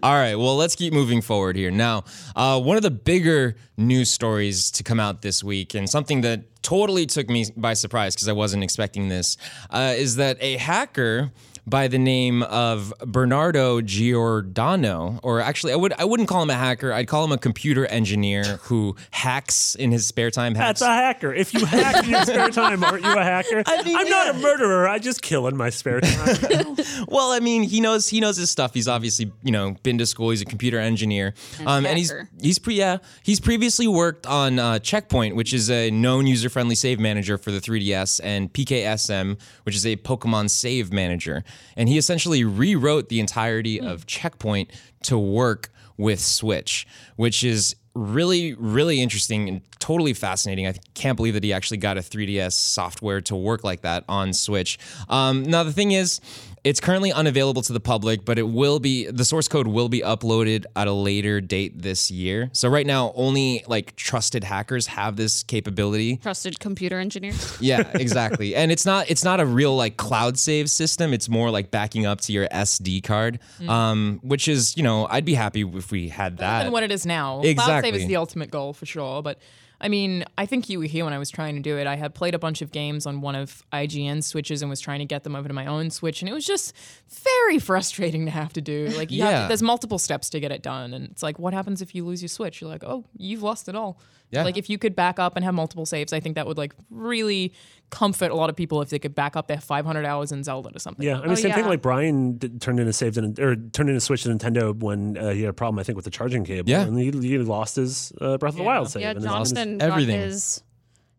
B: All right, well, let's keep moving forward here. Now, uh, one of the bigger news stories to come out this week, and something that totally took me by surprise because I wasn't expecting this, uh, is that a hacker by the name of Bernardo Giordano, or actually, I would I wouldn't call him a hacker. I'd call him a computer engineer who hacks in his spare time. Hacks.
C: That's a hacker. If you hack in your spare time, aren't you a hacker? I
B: mean,
C: am not a murderer. I just kill in my spare time.
B: Well, I mean, he knows he knows his stuff. He's obviously you know been to school. He's a computer engineer, um, and he's
E: hacker.
B: he's pre yeah he's previously worked on uh, Checkpoint, which is a known user friendly save manager for the 3ds, and PKSM, which is a Pokemon save manager. And he essentially rewrote the entirety of Checkpoint to work with Switch, which is really really interesting and totally fascinating i can't believe that he actually got a 3ds software to work like that on switch um, now the thing is it's currently unavailable to the public but it will be the source code will be uploaded at a later date this year so right now only like trusted hackers have this capability
E: Trusted computer engineer.
B: yeah, exactly. and it's not it's not a real like cloud save system. It's more like backing up to your SD card, um, which is you know I'd be happy if we had that.
D: than what it is now. Cloud save
B: Exactly.
D: is the ultimate goal for sure. But I mean, I think you were here when I was trying to do it. I had played a bunch of games on one of IGN switches and was trying to get them over to my own switch, and it was just very frustrating to have to do. Like, you have to-
B: Yeah.
D: there's multiple steps to get it done, and it's like, what happens if you lose your switch? You're like, oh, you've lost it all.
B: Yeah.
D: Like, if you could back up and have multiple saves, I think that would like really comfort a lot of people if they could back up their 500 hours in Zelda or something.
C: Yeah, I mean, same thing.
E: Oh, yeah.
C: Like Brian d- turned in a saved in, or turned in a switch to Nintendo when uh, he had a problem, I think, with the charging cable.
B: Yeah.
C: and he, he lost his uh, Breath of the Wild save.
E: Yeah,
C: and his- and his-
E: Jonathan
B: everything.
E: got his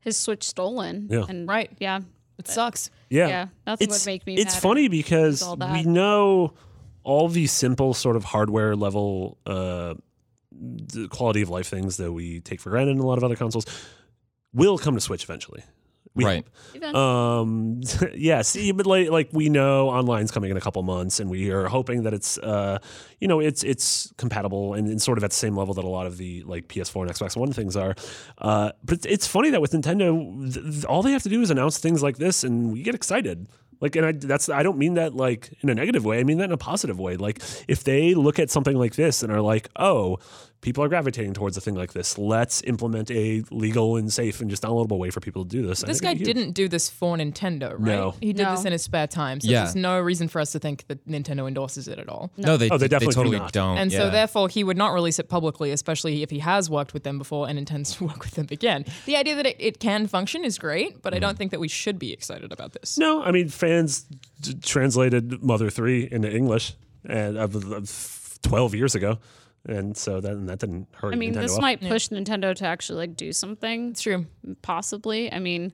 E: his switch stolen.
C: Yeah.
E: And
D: Right.
E: Yeah.
D: It sucks.
C: Yeah,
E: Yeah, nothing would make me
C: It's
E: mad
C: funny because
E: all
C: we
E: that.
C: know all the simple sort of hardware level uh, d- quality of life things that we take for granted in a lot of other consoles will come to Switch eventually. We
B: Right.
E: Even-
C: um yeah see but like, like we know online's coming in a couple months and we are hoping that it's uh you know it's it's compatible and, and sort of at the same level that a lot of the like ps4 and xbox one things are uh but it's, it's funny that with nintendo th- th- all they have to do is announce things like this and we get excited like and i that's i don't mean that like in a negative way i mean that in a positive way like if they look at something like this and are like oh people are gravitating towards a thing like this let's implement a legal and safe and just downloadable way for people to do this I
D: This
C: think
D: guy
C: it'd be huge.
D: didn't do this for Nintendo, right?
C: No.
D: He did
E: No.
D: this in his spare time. So
B: Yeah.
D: there's no reason for us to think that Nintendo endorses it at all.
B: No, they,
C: Oh, they definitely do
B: totally
C: not.
B: not
D: And
B: yeah.
D: so therefore he would not release it publicly, especially if he has worked with them before and intends to work with them again. The idea that it, it can function is great, but I
C: Mm.
D: don't think that we should be excited about this.
C: No, I mean fans d- translated Mother Three into English and of of twelve years ago, and so that and that didn't hurt.
E: I mean,
C: Nintendo
E: this
C: up.
E: might push Nintendo to actually like do something.
D: It's true.
E: possibly. I mean,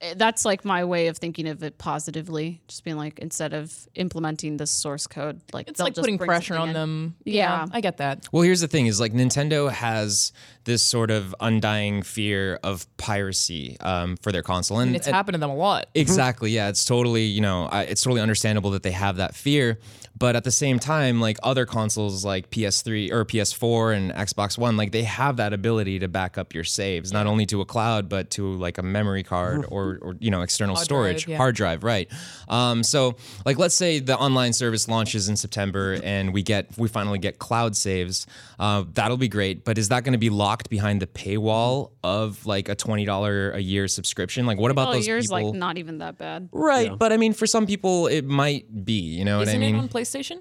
E: eh, that's like my way of thinking of it positively. Just being like, instead of implementing the source code, like
D: It's
E: they'll
D: like
E: just
D: putting
E: bring
D: pressure
E: something
D: on
E: in.
D: them.
E: Yeah.
D: I get that.
B: Well, here's the thing: is like Nintendo has this sort of undying fear of piracy um, for their console, and,
D: It's
B: and-
D: happened to them a lot.
B: Exactly. Yeah, it's totally you know I, it's totally understandable that they have that fear, but at the same time, like other consoles like PS3 or PS4 and Xbox One, like they have that ability to back up your saves not only to a cloud but to like a memory card or or you know external storage
D: drive, yeah.
B: hard drive, right? Um, so like let's say the online service launches in September and we get we finally get cloud saves, uh, that'll be great. But is that going to be locked behind the paywall of like a twenty dollar a year subscription? Like what about
E: Oh,
B: those
E: yours
B: people?
E: like not even that bad.
B: Right, but I mean, for some people, it might be. You know what I
D: Isn't it on
B: mean?
C: Uh,
D: PlayStation?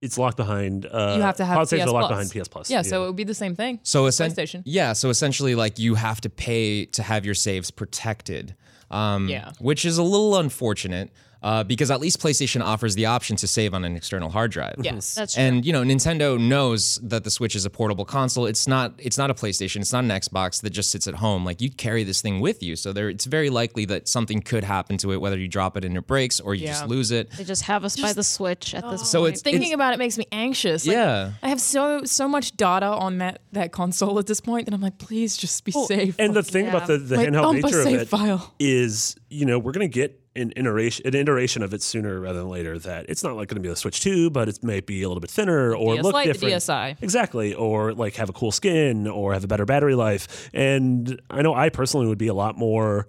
C: it's locked behind. Uh,
D: You have to have
C: Cloud saves
D: PS
C: are locked
D: Plus.
C: behind PS Plus.
D: Yeah, so it would be the same thing.
B: So essen-
D: PlayStation.
B: Yeah, so essentially, like you have to pay to have your saves protected. Um,
D: Yeah.
B: Which is a little unfortunate uh, because at least PlayStation offers the option to save on an external hard drive.
D: Yes.
E: That's true.
B: And you know, Nintendo knows that the Switch is a portable console. It's not. It's not a PlayStation. It's not an Xbox that just sits at home. Like you carry this thing with you, so there. It's very likely that something could happen to it, whether you drop it and it breaks or you
D: Yeah.
B: just lose it.
E: they just have us by the switch
C: Oh.
E: at this
B: So
E: point.
B: it's
D: Thinking about it makes me anxious. Like,
B: Yeah.
D: I have so so much data on that that console at this point that I'm like, please just be safe.
C: And the thing about the, the
D: Like,
C: handheld
D: dump a
C: nature of
D: save
C: it
D: file.
C: is, you know, we're going to get an iteration, an iteration of it sooner rather than later. That it's not like going to be the Switch Two, but it may be a little bit thinner or
D: DS
C: look
D: Lite, the
C: different.
D: DSi.
C: exactly, or like have a cool skin or have a better battery life. And I know I personally would be a lot more,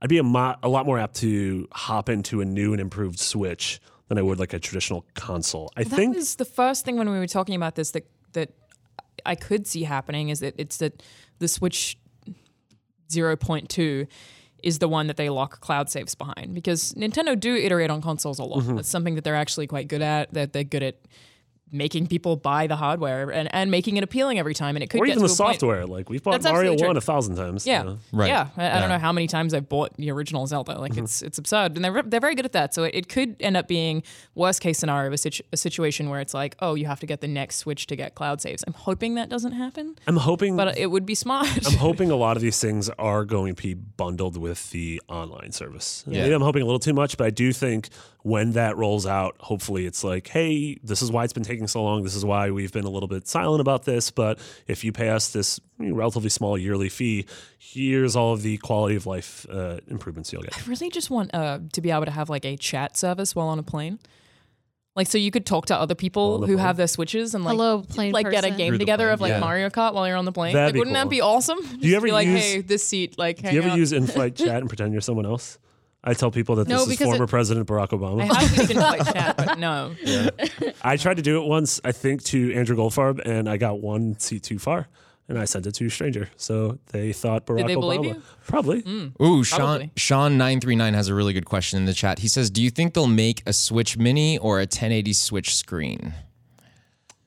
C: I'd be a, mo- a lot more apt to hop into a new and improved Switch than I would like a traditional console. I
D: That
C: think
D: was the first thing when we were talking about this that that I could see happening is that it's that the Switch 0.2 is the one that they lock cloud saves behind because Nintendo do iterate on consoles a lot.
C: Mm-hmm.
D: That's something that they're actually quite good at. That they're good at making people buy the hardware and, and making it appealing every time. And it could
C: or
D: get
C: even
D: to
C: the
D: a point-
C: software. Like we've bought
D: That's
C: Mario
D: absolutely
C: One
D: true.
C: a thousand times. you
D: Yeah,
C: know?
B: Right.
D: Yeah, I, I
B: Yeah.
D: don't know how many times I've bought the originals out there.
C: Mm-hmm.
D: Like it's it's absurd, and they're they're very good at that. So it, it could end up being worst case scenario of a, situ- a situation where it's like, oh, you have to get the next switch to get cloud saves. I'm hoping that doesn't happen,
C: I'm hoping.
D: but it would be smart.
C: I'm hoping a lot of these things are going to be bundled with the online service.
B: Yeah.
C: Maybe I'm hoping a little too much, but I do think when that rolls out, hopefully it's like, hey, this is why it's been taking so long. This is why we've been a little bit silent about this. But if you pay us this relatively small yearly fee, here's all of the quality of life uh, improvements you'll get.
D: I really just want uh, to be able to have like a chat service while on a plane. Like so, you could talk to other people
C: the
D: who
C: plane?
D: have their switches and like
E: Hello, plane
D: like get a
E: person.
D: game
B: Through the
D: together
B: plane,
D: of like
B: yeah.
D: Mario Kart while you're on the plane.
C: That'd
D: like,
C: be
D: wouldn't
C: cool.
D: that be awesome? Just
C: ever
D: be like,
C: use-
D: hey, this seat, like,
C: Do
D: hang
C: you ever
D: out.
C: use in-flight chat and pretend you're someone else? I tell people that
E: No,
C: this is
E: because
C: former
E: it-
C: President Barack Obama.
D: I have used in flight chat, but no.
C: I tried to do it once, I think, to Andrew Goldfarb, and I got one seat too far, and I sent it to a stranger. So they thought Barack
D: they believe
C: Obama.
D: you? Hmm.
C: Probably.
B: Ooh, Sean
D: Probably.
B: Sean nine three nine has a really good question in the chat. He says, "Do you think they'll make a Switch Mini or a 1080 Switch screen?"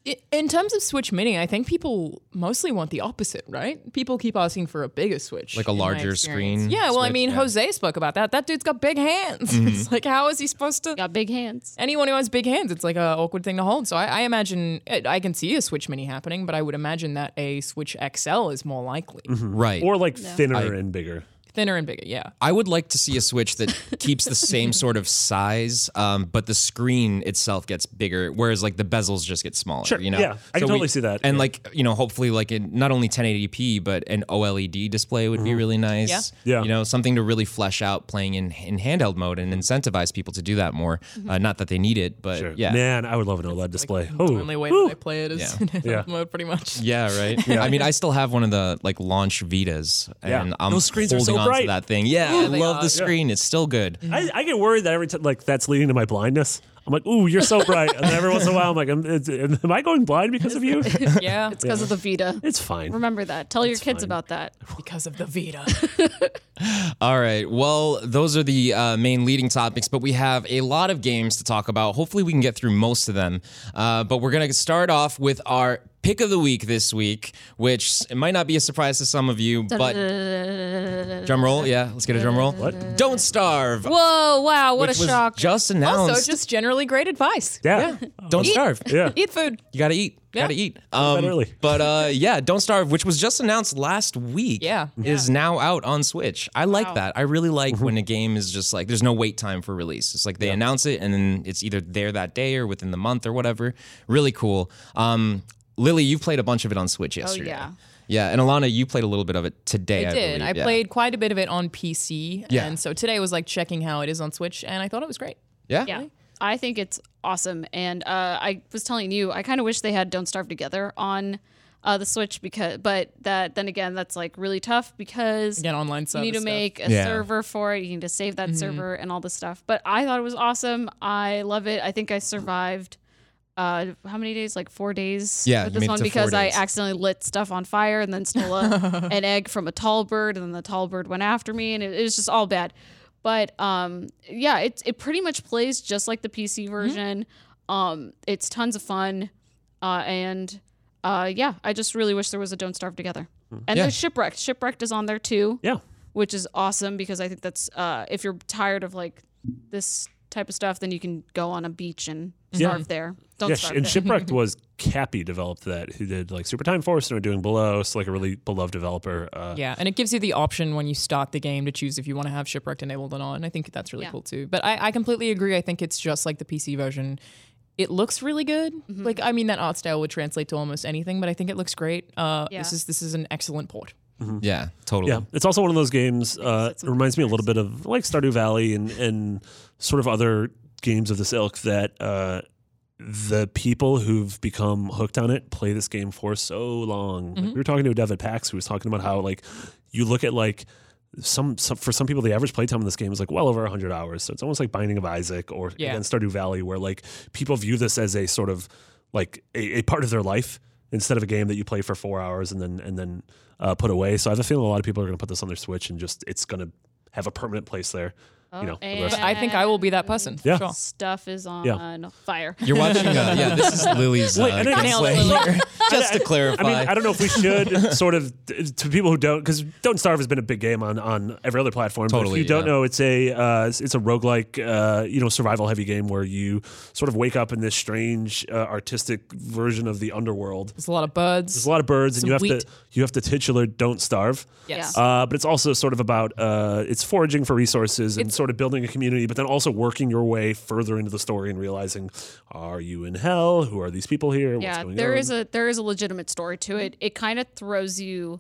D: I- In terms of Switch Mini, I think people mostly want the opposite, right? People keep asking for a bigger Switch,
B: Like a
D: in my
B: larger
D: experience.
B: screen
D: Yeah, well, I
B: Switch,
D: mean,
B: yeah. Mm-hmm.
D: Jose spoke about that. That dude's got big hands. it's like, how is he supposed to?
E: got big hands.
D: Anyone who has big hands, it's like a awkward thing to hold. So I, I imagine I I can see a Switch Mini happening, but I would imagine that a Switch XL is more likely,
B: Right.
C: Or like thinner and bigger.
D: thinner and bigger. Yeah,
B: I would like to see a Switch that keeps the same sort of size, um, but the screen itself gets bigger, whereas like the bezels just get smaller.
C: Sure,
B: You know,
C: yeah, I can
B: we-
C: totally see that,
B: And
C: yeah.
B: like you know, hopefully, like in not only 1080p but an OLED display would be really nice.
D: Yeah.
C: Mm-hmm. Yeah.
B: You know, something to really flesh out playing in in handheld mode and incentivize people to do that more.
D: Mm-hmm.
B: Uh, not that they need it, but
C: Sure.
B: yeah.
C: Man, I would love an OLED display.
D: the
C: oh,
D: only way
C: woo.
D: that I play it is
B: Yeah.
D: in handheld
C: Yeah.
D: mode, pretty much.
B: Yeah, right. I mean, I still have one of the like launch Vitas,
C: Yeah.
B: and I'm
C: Those screens are
B: holding
C: so
B: on
C: bright. Mm.
B: to that thing. Yeah, I
D: they
B: love
D: are.
B: the screen. It's still good.
C: I, I get worried that every time, like, that's leading to my blindness. I'm like, ooh, you're so bright. And then every once in a while, I'm like, am, is- am I going blind because of you?
D: yeah,
E: It's because of the Vita.
C: It's fine.
E: Remember that. Tell your kids
C: fine.
E: about that.
D: because of the Vita.
B: All right. Well, those are the uh, main leading topics, but we have a lot of games to talk about. Hopefully, we can get through most of them. Uh, but we're going to start off with our pick of the week this week, which it might not be a surprise to some of you, but drum roll. Yeah, let's get a drum roll. What? Don't starve.
E: Whoa, wow, what
B: which
E: a
B: was
E: shock.
B: Just announced.
D: also, just generally great advice.
C: Yeah.
B: Don't starve.
C: Yeah.
D: Eat food.
B: You gotta eat. You Gotta eat. Um,
C: bed early.
B: but uh, yeah, Don't Starve, which was just announced last week,
D: Yeah.
B: is now out on Switch. I like that. I really
C: Mm-hmm.
B: like when a game is just like there's no wait time for release. It's like they announce it and then it's either there that day or within the month or whatever. Really cool. Um, Lily, you played a bunch of it on Switch yesterday.
E: yeah.
B: Yeah, and Alana, you played a little bit of it today. I,
D: Oh, I did.
B: believe.
D: I
B: Yeah.
D: played quite a bit of it on PC,
B: Yeah.
D: and so today was like checking how it is on Switch, and I thought it was great.
B: Yeah.
E: Yeah. I think it's awesome. And uh, I was telling you, I kind of wish they had Don't Starve Together on uh, the Switch because, but that then again, that's like really tough because
D: Again, online
E: you
D: service.
E: need to
D: stuff.
E: make a
B: Yeah.
E: server for it. You need to save that server and all this stuff. But I thought it was awesome. I love it. I think I survived. Uh, how many days? Like four days.
B: Yeah,
E: with
B: you
E: this
B: made it
E: one
B: to four
E: because I
B: days.
E: accidentally lit stuff on fire and then stole a, an egg from a tall bird, and then the tall bird went after me, and it, it was just all bad. But um, yeah, it it pretty much plays just like the PC version. Um, it's tons of fun, uh, and uh, yeah, I just really wish there was a Don't Starve Together. And
B: Yeah.
E: there's Shipwrecked. Shipwrecked is on there too
C: Yeah.
E: which is awesome because I think that's uh, if you're tired of like this type of stuff, then you can go on a beach and
C: Yeah.
E: starve there. Don't
C: yeah, sh-
E: starve
C: and
E: there.
C: Shipwrecked was Cappy developed that, who did like Super Time Force and are doing Below, so like a really beloved developer. Uh,
D: Yeah, and it gives you the option when you start the game to choose if you want to have shipwrecked enabled or not. And I think that's really
E: Yeah.
D: cool too. But I, I completely agree. I think it's just like the PC version. It looks really good.
E: Mm-hmm.
D: Like I mean, that art style would translate to almost anything, but I think it looks great. Uh, This
E: Yeah.
D: is this is an excellent port.
B: Mm-hmm. Yeah, totally.
C: Yeah, it's also one of those games. Uh, it reminds me a little bit of like Stardew Valley and and sort of other games of this ilk that uh, the people who've become hooked on it play this game for so long. Like, we were talking to Dev at PAX who was talking about how like you look at like. Some, some for some people the average playtime in this game is like well over 100 hours so it's almost like binding of isaac or
D: Yeah.
C: again stardew valley where like people view this as a sort of like a, a part of their life instead of a game that you play for four hours and then and then uh, put away. So I have a feeling a lot of people are going to put this on their Switch and just it's going to have a permanent place there. you know, for the rest.
E: and-
D: I think I will be that person. For
C: Yeah.
D: Sure.
E: Stuff is on
C: Yeah.
E: fire.
B: You're watching. Uh, yeah, this is Lily's uh,
C: Wait, I didn't-
B: gameplay here. Just to
C: I
B: clarify.
C: mean, I don't know if we should sort of to people who don't because Don't Starve has been a big game on on every other platform. but
B: Totally,
C: if you don't
B: yeah.
C: know, it's a uh, it's a roguelike uh, you know survival heavy game where you sort of wake up in this strange uh, artistic version of the underworld.
D: There's a lot of birds.
C: There's a lot of birds, and
D: Some
C: you have
D: wheat.
C: to you have to titular Don't Starve.
D: yes.
C: Uh, but it's also sort of about uh, it's foraging for resources and sort of building a community, but then also working your way further into the story and realizing, are you in hell? Who are these people here? What's
E: yeah,
C: going
E: there
C: on?
E: is a there is a legitimate story to it. It kind of throws you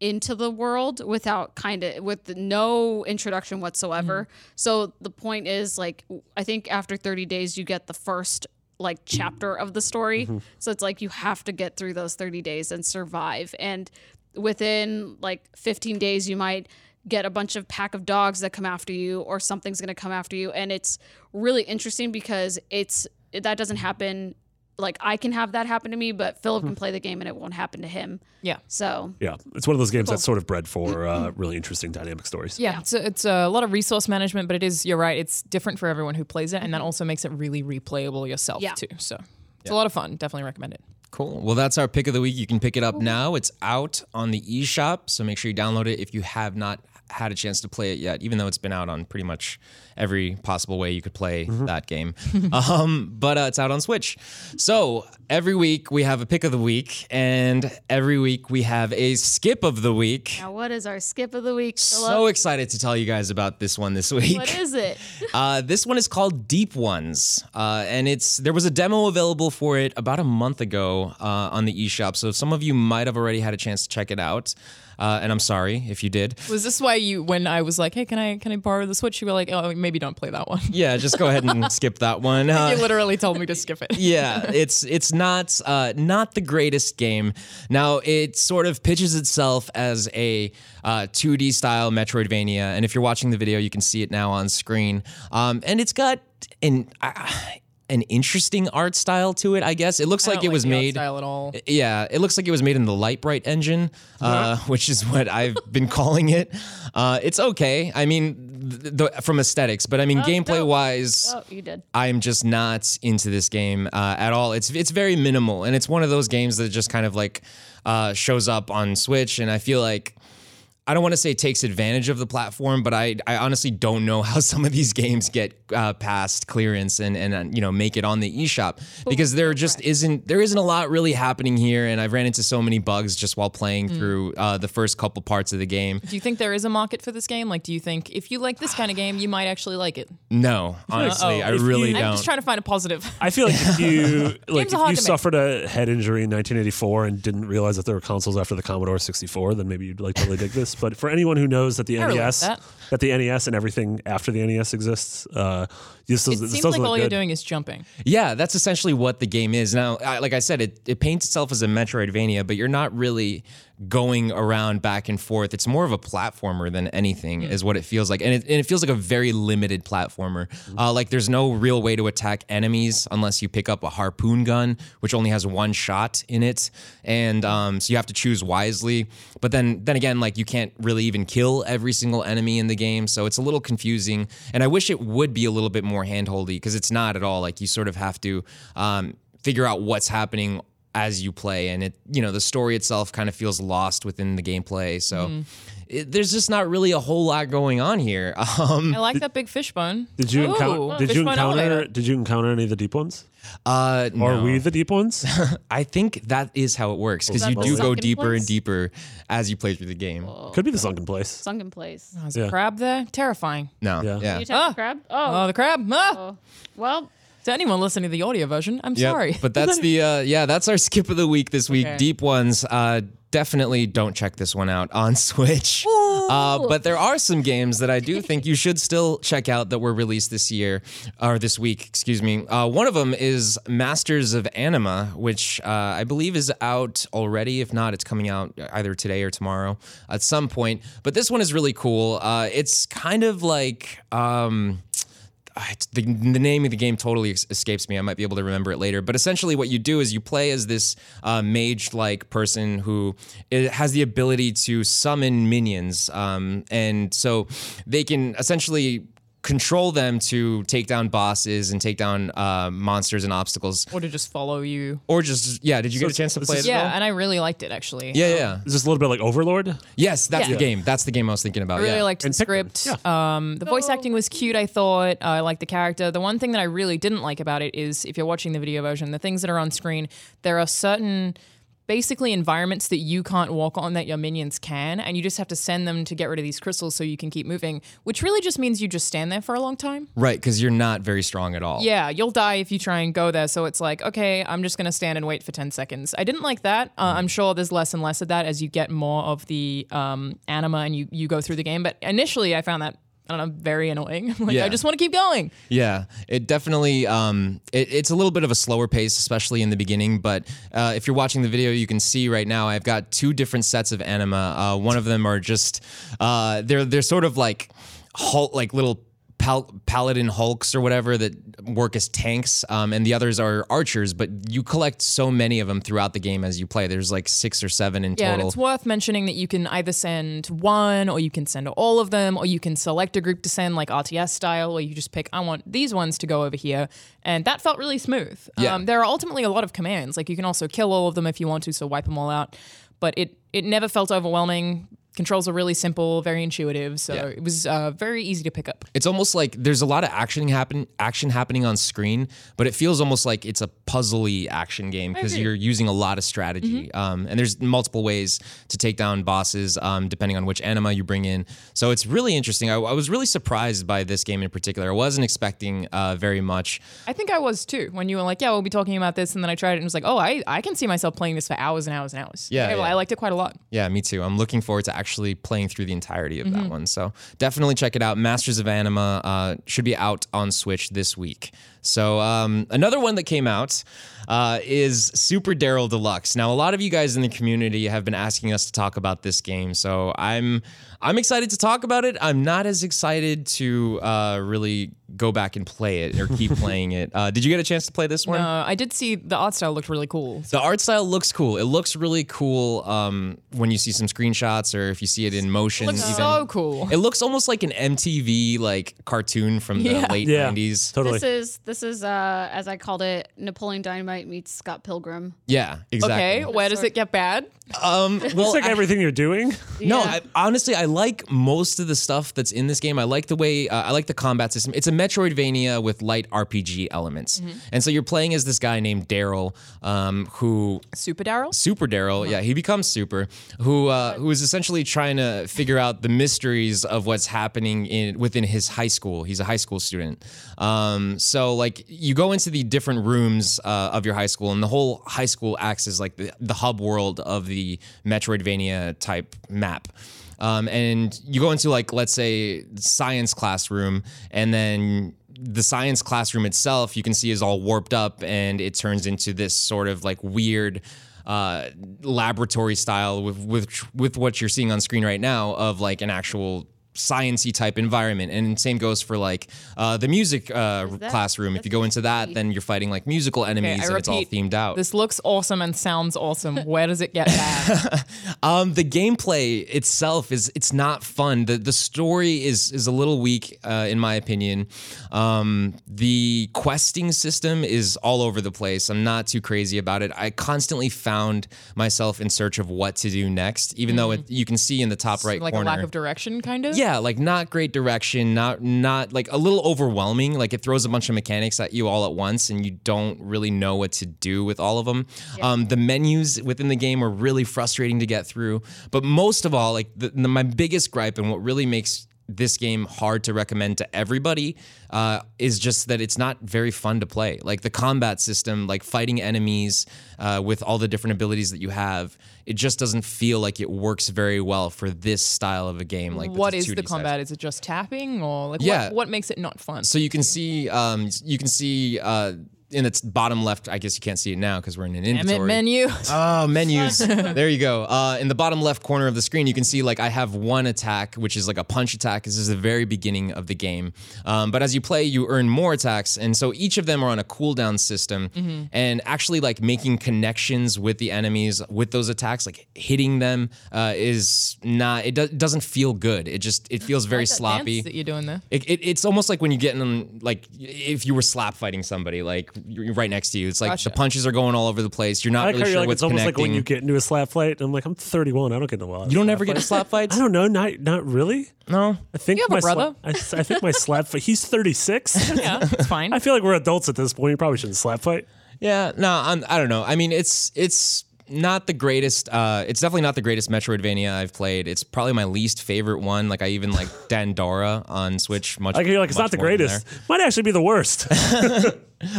E: into the world without kind of with no introduction whatsoever. So the point is like w- I think after 30 days you get the first like chapter of the story. So it's like you have to get through those 30 days and survive and within like 15 days you might get a bunch of pack of dogs that come after you or something's going to come after you and it's really interesting because it's that doesn't happen like I can have that happen to me, but Philip can play the game and it won't happen to him.
D: yeah.
E: So
C: yeah, it's one of those games that's sort of bred for uh, really interesting dynamic stories.
D: Mm-hmm. Yeah, it's a, it's a lot of resource management, but it is you're right. It's different for everyone who plays it, and that also makes it really replayable yourself
E: Yeah.
D: too. So it's a lot of fun. Definitely recommend it.
B: Cool. Well, that's our pick of the week. You can pick it up now. It's out on the eShop, so make sure you download it if you have not had a chance to play it yet, even though it's been out on pretty much every possible way you could play
E: Mm-hmm.
B: that game. um, but uh, it's out on Switch. So every week we have a pick of the week, and every week we have a skip of the week.
E: now, what is our skip of the week?
B: So excited to tell you guys about this one this week.
E: what is it?
B: Uh, this one is called Deep Ones, uh, and it's there was a demo available for it about a month ago uh, on the eShop. So some of you might have already had a chance to check it out, uh, and I'm sorry if you did.
D: Was this why you when I was like, hey, can I can I borrow the Switch? You were like, oh, maybe don't play that one.
B: Yeah, just go ahead and skip that one.
D: you
B: Uh,
D: literally told me to skip it.
B: yeah, it's it's not uh, not the greatest game. Now it sort of pitches itself as a uh, 2D style Metroidvania, and if you're watching the video, you can see it now on screen. Um, and it's got an uh, an interesting art style to it, I guess. It looks
D: I
B: like
D: don't
B: it was
D: the art
B: made.
D: style at all.
B: Yeah, it looks like it was made in the Lightbright engine, uh,
D: Uh-huh.
B: which is what I've been calling it. Uh, it's okay. I mean, th- the, from aesthetics, but I
D: Oh,
B: mean, gameplay wise,
E: Oh, you did.
B: I'm just not into this game uh, at all. It's it's very minimal, and it's one of those games that just kind of like uh, shows up on Switch, and I feel like. I don't want to say takes advantage of the platform, but I, I honestly don't know how some of these games get uh, past clearance and and uh, you know make it on the eShop because there just isn't there isn't a lot really happening here, and I've ran into so many bugs just while playing through uh, the first couple parts of the game.
D: Do you think there is a market for this game? Like, do you think if you like this kind of game, you might actually like it?
B: No, honestly, I
C: If
B: really
C: you-
B: don't.
D: I'm just trying to find a positive.
C: I feel like if you like
D: Games are hard
C: if
D: to
C: you
D: make.
C: suffered a head injury in 1984 and didn't realize that there were consoles after the Commodore 64, then maybe you'd like totally dig this. But for anyone who knows that the
D: relate
C: NES
D: to that.
C: that. the NES and everything after the NES exists, uh, this
D: It
C: does, this
D: seems
C: doesn't
D: like all
C: look
D: you're
C: good.
D: doing is jumping.
B: Yeah, that's essentially what the game is. Now, I, like I said, it, it paints itself as a Metroidvania, but you're not really going around back and forth. It's more of a platformer than anything, is what it feels like. And it, and it feels like a very limited platformer. Uh, like, there's no real way to attack enemies unless you pick up a harpoon gun, which only has one shot in it. And um, so you have to choose wisely. But then, then again, like, you can't can't really even kill every single enemy in the game, so it's a little confusing. And I wish it would be a little bit more handholdy because it's not at all. Like you sort of have to um, figure out what's happening as you play, and it you know the story itself kind of feels lost within the gameplay. So it, there's just not really a whole lot going on here. Um,
D: I like that big fishbone.
C: Did you
D: Ooh,
C: encounter? Did you
D: fishbone
C: encounter?
D: elevator.
C: Did you encounter any of the deep ones?
B: uh,
C: Are
B: no.
C: we the deep ones?
B: I think that is how it works because
E: that
B: you
E: the
B: do go
E: sunken
B: deeper
E: place?
B: and deeper as you play through the game.
C: Could be the sunken place.
E: Sunken place.
D: There's
C: Yeah.
D: a crab there. Terrifying.
B: No,
C: Yeah.
B: Oh, yeah.
E: You attack
D: Ah.
E: the crab? Oh,
D: Oh, the crab. Ah!
E: well,
D: To anyone listening to the audio version, I'm
B: Yep,
D: sorry.
B: But that's the uh, yeah, that's our skip of the week this week.
D: Okay.
B: Deep ones. Uh, definitely don't check this one out on Switch. Uh, but there are some games that I do think you should still check out that were released this year or this week. Excuse me. Uh, one of them is Masters of Anima, which uh, I believe is out already. If not, it's coming out either today or tomorrow at some point. But this one is really cool. Uh, it's kind of like. Um, I- it's- the, the name of the game totally es- escapes me. I might be able to remember it later. But essentially, what you do is you play as this uh, mage-like person who i- has the ability to summon minions, um, and so they can essentially control them to take down bosses and take down uh, monsters and obstacles.
D: or to just follow you.
B: Or just yeah, did you get a
C: it's-
B: chance to
C: this
B: play
C: is-
B: it? at
D: Yeah,
B: all?
D: and I really liked it actually.
B: yeah, yeah.
C: Is this a little bit like Overlord?
B: Yes, that's
D: Yeah.
B: the game. That's the game I was thinking about.
D: I really
B: yeah.
D: liked
C: And
D: the
C: Pikmin,
D: script. Um, the voice acting was cute, I thought. Uh, I liked the character. The one thing that I really didn't like about it is if you're watching the video version, the things that are on screen, there are certain basically environments that you can't walk on that your minions can, and you just have to send them to get rid of these crystals so you can keep moving, which really just means you just stand there for a long time.
B: right because you're not very strong at all.
D: Yeah, you'll die if you try and go there. So it's like, okay, I'm just going to stand and wait for 10 seconds. I didn't like that. Uh, I'm sure there's less and less of that as you get more of the um, anima and you, you go through the game. But initially, I found that. I don't know, very annoying. like,
B: Yeah.
D: I just want to keep going.
B: Yeah, it definitely. Um, it, it's a little bit of a slower pace, especially in the beginning. But uh, if you're watching the video, you can see right now I've got two different sets of anima. Uh, one of them are just uh, they're they're sort of like hulk, like little. Pal- paladin hulks or whatever that work as tanks, um, and the others are archers. But you collect so many of them throughout the game as you play. There's like six or seven in
D: Yeah, and
B: total.
D: it's worth mentioning that you can either send one or you can send all of them or you can select a group to send like RTS style or you just pick, I want these ones to go over here. And that felt really smooth.
B: Yeah.
D: Um, there are ultimately a lot of commands. Like you can also kill all of them if you want to, so wipe them all out. But it, it never felt overwhelming. Controls are really simple, very intuitive. So it was uh, very easy to pick up.
B: it's almost like there's a lot of action happen action happening on screen, but it feels almost like it's a puzzly action game because you're using a lot of strategy. Um, and there's multiple ways to take down bosses um, depending on which anima you bring in. So it's really interesting. I, I was really surprised by this game in particular. I wasn't expecting uh, very much.
D: I think I was too when you were like, yeah, we'll be talking about this. And then I tried it and was like, oh, I, I can see myself playing this for hours and hours and hours.
B: Yeah,
D: Okay, well,
B: yeah.
D: I liked it quite a lot.
B: Yeah, me too. I'm looking forward to actually playing through the entirety of that one. So definitely check it out. Masters of Anima uh, should be out on Switch this week. So um, another one that came out uh, is Super Daryl Deluxe. Now a lot of you guys in the community have been asking us to talk about this game, so I'm I'm excited to talk about it. I'm not as excited to uh, really go back and play it or keep playing it. Uh, did you get a chance to play this one?
D: Uh, I did see the art style looked really cool.
B: The art style looks cool. It looks really cool um, when you see some screenshots or if you see it in motion.
D: looks
B: even.
D: so cool.
B: It looks almost like an MTV like cartoon from the
D: Yeah.
B: late
C: Yeah.
B: '90s.
C: Totally.
E: this is this is uh as I called it, Napoleon Dynamite meets Scott Pilgrim.
B: Yeah, exactly.
D: Okay, where does it get bad?
B: Um, well,
C: it's like
B: I-
C: everything you're doing.
B: no, I, honestly, I like most of the stuff that's in this game. I like the way uh, I like the combat system. It's a Metroidvania with light RPG elements,
D: Mm-hmm.
B: and so you're playing as this guy named Daryl, um, who
D: Super Daryl?
B: Super Daryl, yeah, he becomes Super, who uh, who is essentially trying to figure out the mysteries of what's happening in within his high school. He's a high school student, um, so like you go into the different rooms uh, of your high school, and the whole high school acts as like the, the hub world of the Metroidvania type map. Um, and you go into like let's say science classroom, and then the science classroom itself you can see is all warped up, and it turns into this sort of like weird uh, laboratory style with with with what you're seeing on screen right now of like an actual sciency type environment. And same goes for like uh, the music uh,
E: that-
B: classroom. If you go into that, then you're fighting like musical enemies, and it's all themed out.
D: This looks awesome and sounds awesome. Where does it get bad?
B: Um, the gameplay itself is it's not fun. The the story is is a little weak uh, in my opinion. Um, the questing system is all over the place. I'm not too crazy about it. I constantly found myself in search of what to do next, even though it, you can see in the top right
D: Hmm. like
B: corner.
D: a lack of direction, kind of.
B: yeah, like not great direction, not not like a little overwhelming. Like it throws a bunch of mechanics at you all at once, and you don't really know what to do with all of them. Um, the menus within the game are really frustrating to get through. But most of all, like the, the, my biggest gripe and what really makes this game hard to recommend to everybody uh, is just that it's not very fun to play. Like the combat system, like fighting enemies uh, with all the different abilities that you have, it just doesn't feel like it works very well for this style of a game. Like
D: what
B: that's
D: is
B: 2D
D: the
B: style.
D: combat? Is it just tapping or like
B: Yeah.
D: what, what makes it not fun?
B: So you can see, um, you can see uh, in its bottom left. I guess you can't see it now because we're in an
D: Damn it,
B: inventory
D: menu.
B: Oh, menus. there you go. Uh, in the bottom left corner of the screen, you can see like I have one attack, which is like a punch attack. This is the very beginning of the game. Um, but as you play, you earn more attacks, and so each of them are on a cooldown system.
D: Mm-hmm.
B: And actually, like making connections with the enemies with those attacks, like hitting them, uh, is not. It, do- doesn't feel good. It just it feels very
D: That
B: sloppy.
D: dance that you're doing there.
B: It, it, it's almost like when you get in, like if you were slap fighting somebody, like you're right next to you. It's like the punches are going all over the place. You're not
C: I like
B: really
C: how
B: sure
C: you're like,
B: what's
C: it's almost
B: connecting.
C: like when you get into a slap fight. I'm like, I'm 31. I don't get in a lot.
B: you don't ever get in slap fights.
C: I don't know. Not not really.
B: No.
C: I think
D: You have a
C: my sla-
D: brother?
C: I, s- I think my slap fight. He's 36.
D: Yeah, it's fine.
C: I feel like we're adults at this point. You probably shouldn't slap fight.
B: Yeah. No. I'm, I don't know. I mean, it's it's not the greatest. Uh, it's definitely not the greatest Metroidvania I've played. It's probably my least favorite one. Like I even like Dandara on Switch. Much.
C: Like you're like, it's
B: much
C: not the
B: more than
C: greatest.
B: there.
C: Might actually be the worst.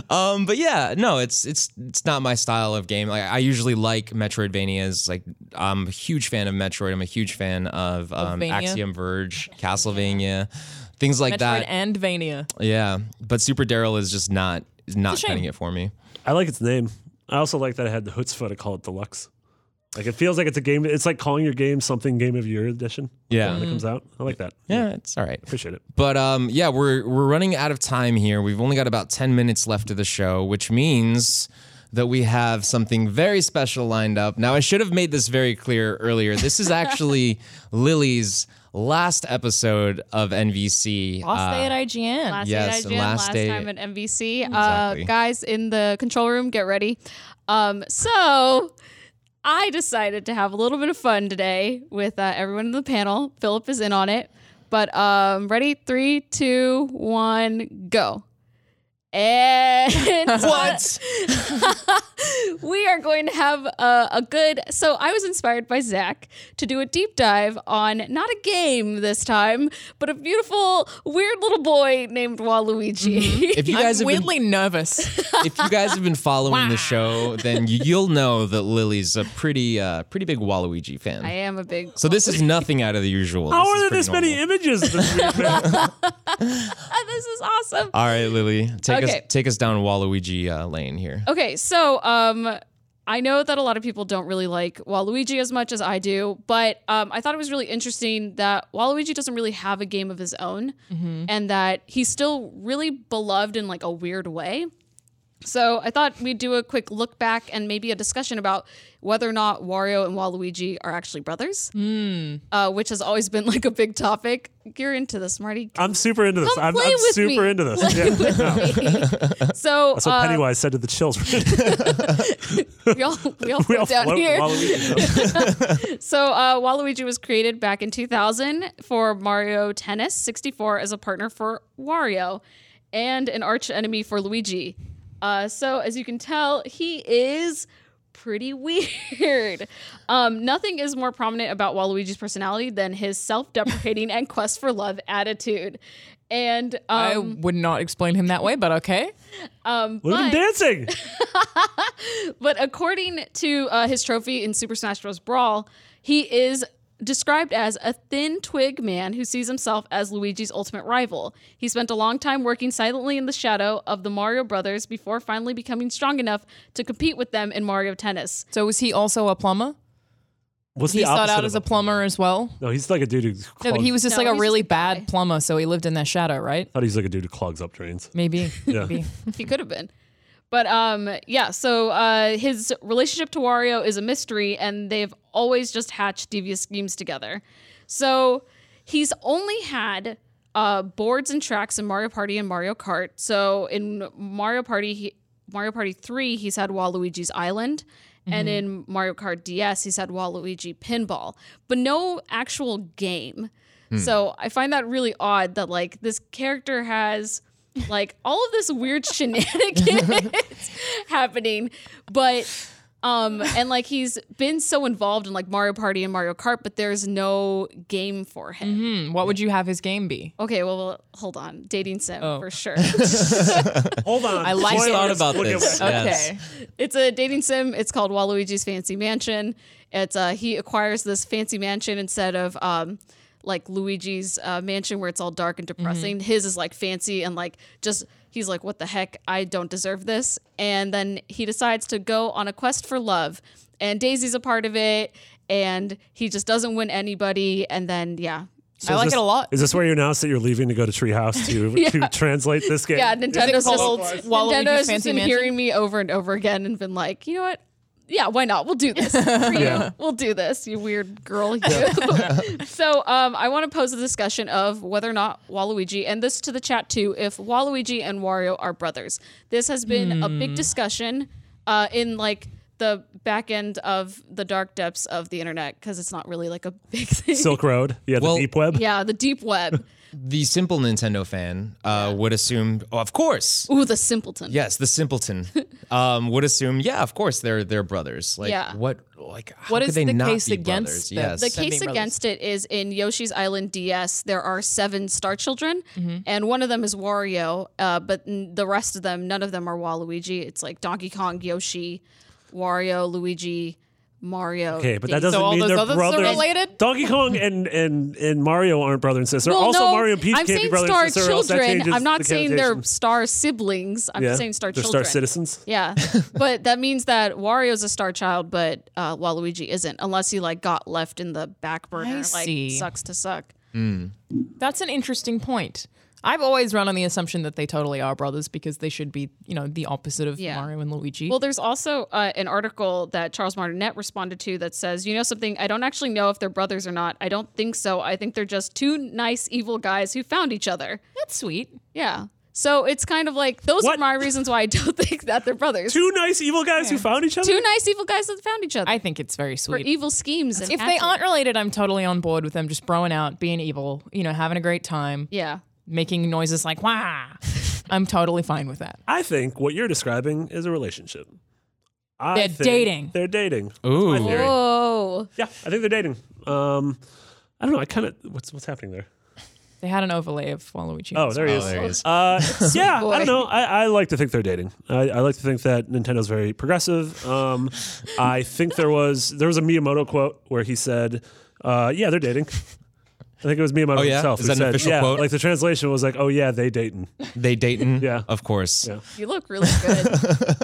B: Um, but yeah, no, it's it's it's not my style of game. Like I usually like Metroidvanias. Like I'm a huge fan of Metroid. I'm a huge fan of um,
D: Vania.
B: Axiom Verge, Castlevania, things like
D: Metroid
B: that.
D: and Vania.
B: yeah, but Super Daryl is just not is not
D: shame.
B: cutting it for me.
C: I like its name. I also like that I had the chutzpah to call it deluxe. Like it feels like it's a game. It's like calling your game something game of year edition.
B: Yeah.
E: Mm.
C: when it comes out. I like that.
B: Yeah, it's all right.
C: appreciate it.
B: But um, yeah, we're we're running out of time here. We've only got about ten minutes left of the show, which means that we have something very special lined up. Now, I should have made this very clear earlier. This is actually Lily's last episode of NVC.
D: I'll stay
B: Uh,
D: at IGN.
E: Last
B: Yes,
E: day
B: and
E: at IGN,
B: last
E: last,
B: day-
E: time at MVC.
B: Exactly.
E: Uh, guys in the control room, get ready. Um, so I decided to have a little bit of fun today with uh, everyone in the panel. Philip is in on it, but um, ready? Three, two, one, go. And
B: what?
E: we are going to have a, a good. So I was inspired by Zach to do a deep dive on not a game this time, but a beautiful, weird little boy named Waluigi.
B: If you guys have been,
D: I'm weirdly nervous.
B: if you guys have been following the show, then you- you'll know that Lily's a pretty uh, pretty big Waluigi fan.
E: I am a big.
B: so this is nothing out of the usual.
C: How
B: This
C: are
B: is
C: Oh, there
B: pretty normal.
C: this many images this week? man?
E: Ah, this is awesome.
B: All right, Lily, take us
E: Okay.
B: take us down Waluigi uh, lane here.
E: Okay, so um, I know that a lot of people don't really like Waluigi as much as I do, but um, I thought it was really interesting that Waluigi doesn't really have a game of his own, and that he's still really beloved in like a weird way. So I thought we'd do a quick look back and maybe a discussion about whether or not Wario and Waluigi are actually brothers, uh, which has always been like a big topic. You're into this, Marty.
C: I'm super into this.
E: Come
C: I'm,
E: play
C: I'm
E: with
C: super
E: me.
C: into this.
E: Play
C: Yeah.
E: with me. So
C: That's what
E: uh,
C: Pennywise said to the children.
E: we all we all
C: we
E: float
C: all
E: down
C: float
E: here.
C: while we eat.
E: So uh, Waluigi was created back in 2000 for Mario Tennis 64 as a partner for Wario, and an arch enemy for Luigi. Uh, so as you can tell, he is pretty weird. Um, nothing is more prominent about Waluigi's personality than his self-deprecating and quest for love attitude. And um,
D: I would not explain him that way, but okay.
C: Look at him dancing.
E: But according to uh, his trophy in Super Smash Bros. Brawl, he is described as a thin twig man who sees himself as Luigi's ultimate rival. He spent a long time working silently in the shadow of the Mario brothers before finally becoming strong enough to compete with them in Mario Tennis.
D: So is he also a plumber?
C: What's
D: He
C: the
D: sought
C: opposite
D: out
C: of
D: as a plumber as well.
C: No, he's like a dude who. Clogs,
D: No, but he was just
E: No,
D: like a
E: he's
D: really
E: just a guy.
D: bad plumber, so he lived in their shadow, right?
C: thought he's like a dude who clogs up drains.
D: Maybe.
C: Yeah.
D: Maybe.
E: he could have been. But um, yeah, so uh, his relationship to Wario is a mystery, and they've always just hatched devious schemes together. So he's only had uh, boards and tracks in Mario Party and Mario Kart. So in Mario Party, he, Mario Party Three, he's had Waluigi's Island, and in Mario Kart DS, he's had Waluigi Pinball, but no actual game. So I find that really odd that like this character has like all of this weird shenanigans happening, but um and like he's been so involved in like Mario Party and Mario Kart, but there's no game for him.
D: Hmm, what would you have his game be?
E: Okay, well, well, hold on, dating sim
D: Oh.
E: for sure.
C: Hold on.
D: I like
B: I
D: Spoilers.
B: thought about
C: Look at-
B: this. Yes.
D: Okay.
E: it's a dating sim. It's called Waluigi's Fancy Mansion. It's uh he acquires this fancy mansion instead of um like Luigi's uh, mansion where it's all dark and depressing. His is like fancy and like just he's like what the heck I don't deserve this. And then he decides to go on a quest for love, and Daisy's a part of it. And he just doesn't win anybody. And then yeah,
D: I like
C: this-
D: it a lot.
C: Is this where you announced that you're leaving to go to Treehouse to to translate this game?
E: Yeah, Nintendo's
D: called
E: just
D: Waluigi's
E: Nintendo's just
D: Fancy
E: been
D: Mansion?
E: hearing me over and over again and been like, you know what? Yeah, why not? We'll do this. For you.
C: Yeah.
E: We'll do this, you weird girl. You. so um, I want to pose a discussion of whether or not Waluigi, and this to the chat too, if Waluigi and Wario are brothers. This has been a
D: Hmm.
E: big discussion uh, in like the back end of the dark depths of the internet because it's not really like a big thing.
C: Silk Road. Yeah, the
B: Well-
C: deep web.
E: yeah, the deep web.
B: The simple Nintendo fan uh, would assume, oh, of course.
E: Ooh, the simpleton.
B: Yes, the simpleton um, would assume, yeah, of course they're they're brothers. Like
E: Yeah.
B: what like how
D: What
B: could
D: is
B: they
D: the
B: not
D: case
B: be
D: against
B: brothers?
D: them?
B: Yes.
E: The
D: Seven
E: case
D: brothers.
E: against it is in Yoshi's Island DS. There are seven star children,
C: Mm-hmm.
E: and one of them is Wario. Uh, but n- the rest of them, none of them are Waluigi. It's like Donkey Kong, Yoshi, Wario, Luigi, Mario.
C: Okay, but
E: Daisy.
C: that doesn't
D: all
C: mean
D: those
C: they're
D: others are
C: brothers.
D: related?
C: Donkey Kong and, and, and Mario aren't brother and sister.
E: Well,
C: also,
E: no,
C: Mario and Peach
E: I'm
C: can't be
E: saying
C: brother
E: star
C: and sister. or else that
E: children.
C: changes
E: I'm not
C: the
E: saying they're
C: connotation.
E: star siblings. I'm
C: Yeah,
E: just saying star
C: they're
E: children.
C: star citizens.
E: Yeah, but that means that Wario's a star child, but uh, Waluigi isn't, unless he like got left in the back burner.
D: I
E: like
D: see.
E: sucks to suck.
D: That's an interesting point. I've always run on the assumption that they totally are brothers because they should be, you know, the opposite of
E: Yeah.
D: Mario and Luigi.
E: Well, there's also uh, an article that Charles Martinet responded to that says, you know something, I don't actually know if they're brothers or not. I don't think so. I think they're just two nice, evil guys who found each other.
D: that's sweet.
E: Yeah. So it's kind of like, those
C: What?
E: are my reasons why I don't think that they're brothers. Two,
C: Two nice evil guys who found each other.
E: nice, evil guys that found each other.
D: I think it's very
E: for
D: sweet.
E: evil schemes. and
D: if they
E: hatching.
D: aren't related, I'm totally on board with them just throwing out, being evil, you know, having a great time,
E: Yeah.
D: making noises like wah. I'm totally fine with that.
C: I think what you're describing is a relationship. I
D: They're
C: think
D: dating.
C: They're dating.
B: Ooh.
C: That's my theory.
E: Whoa.
C: Yeah, I think they're dating. Um, I don't know. I kind of what's what's happening there.
D: They had an overlay of Waluigi.
C: Oh, there he
B: Oh,
C: is.
B: there he is.
C: Uh, yeah, I
E: Boy.
C: don't know. I, I like to think they're dating. I, I like to think that Nintendo's very progressive. Um, I think there was there was a Miyamoto quote where he said, uh, "Yeah, they're dating." I think it was Miyamoto
B: Oh, yeah?
C: himself
B: Is
C: who
B: that an
C: said,
B: official
C: "Yeah."
B: quote?
C: Like the translation was like, "Oh yeah, they dating."
B: They dating?
C: Yeah.
B: Of course.
C: Yeah.
E: You look really good.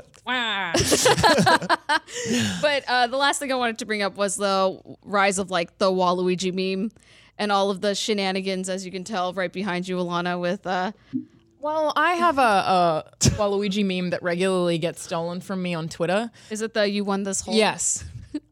E: but uh, the last thing I wanted to bring up was the rise of like the Waluigi meme and all of the shenanigans, as you can tell right behind you, Alana, with uh,
D: Well, I have a, a Waluigi meme that regularly gets stolen from me on Twitter.
E: is it the you won this whole?
D: Yes,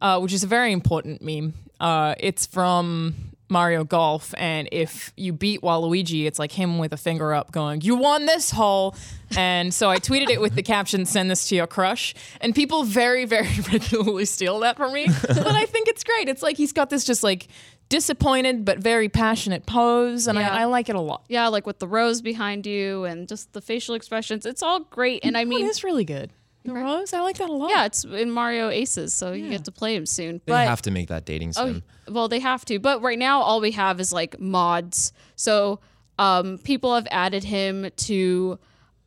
D: uh, which is a very important meme. Uh, it's from Mario Golf, and if you beat Waluigi, it's like him with a finger up going, You won this hole. And so I tweeted it with the caption, Send this to your crush. And people very, very regularly steal that from me. but I think it's great. It's like he's got this just like disappointed but very passionate pose, and
E: Yeah.
D: I, I like it a lot.
E: Yeah, like with the rose behind you and just the facial expressions. It's all great. And I
D: It
E: mean,
D: is really good. The Rose, I like that a lot.
E: yeah, it's in Mario Aces, so you get to play him soon.
B: They
E: but
B: have to make that dating
D: Oh,
B: sim.
E: well they have to but right now all we have is like mods so um people have added him to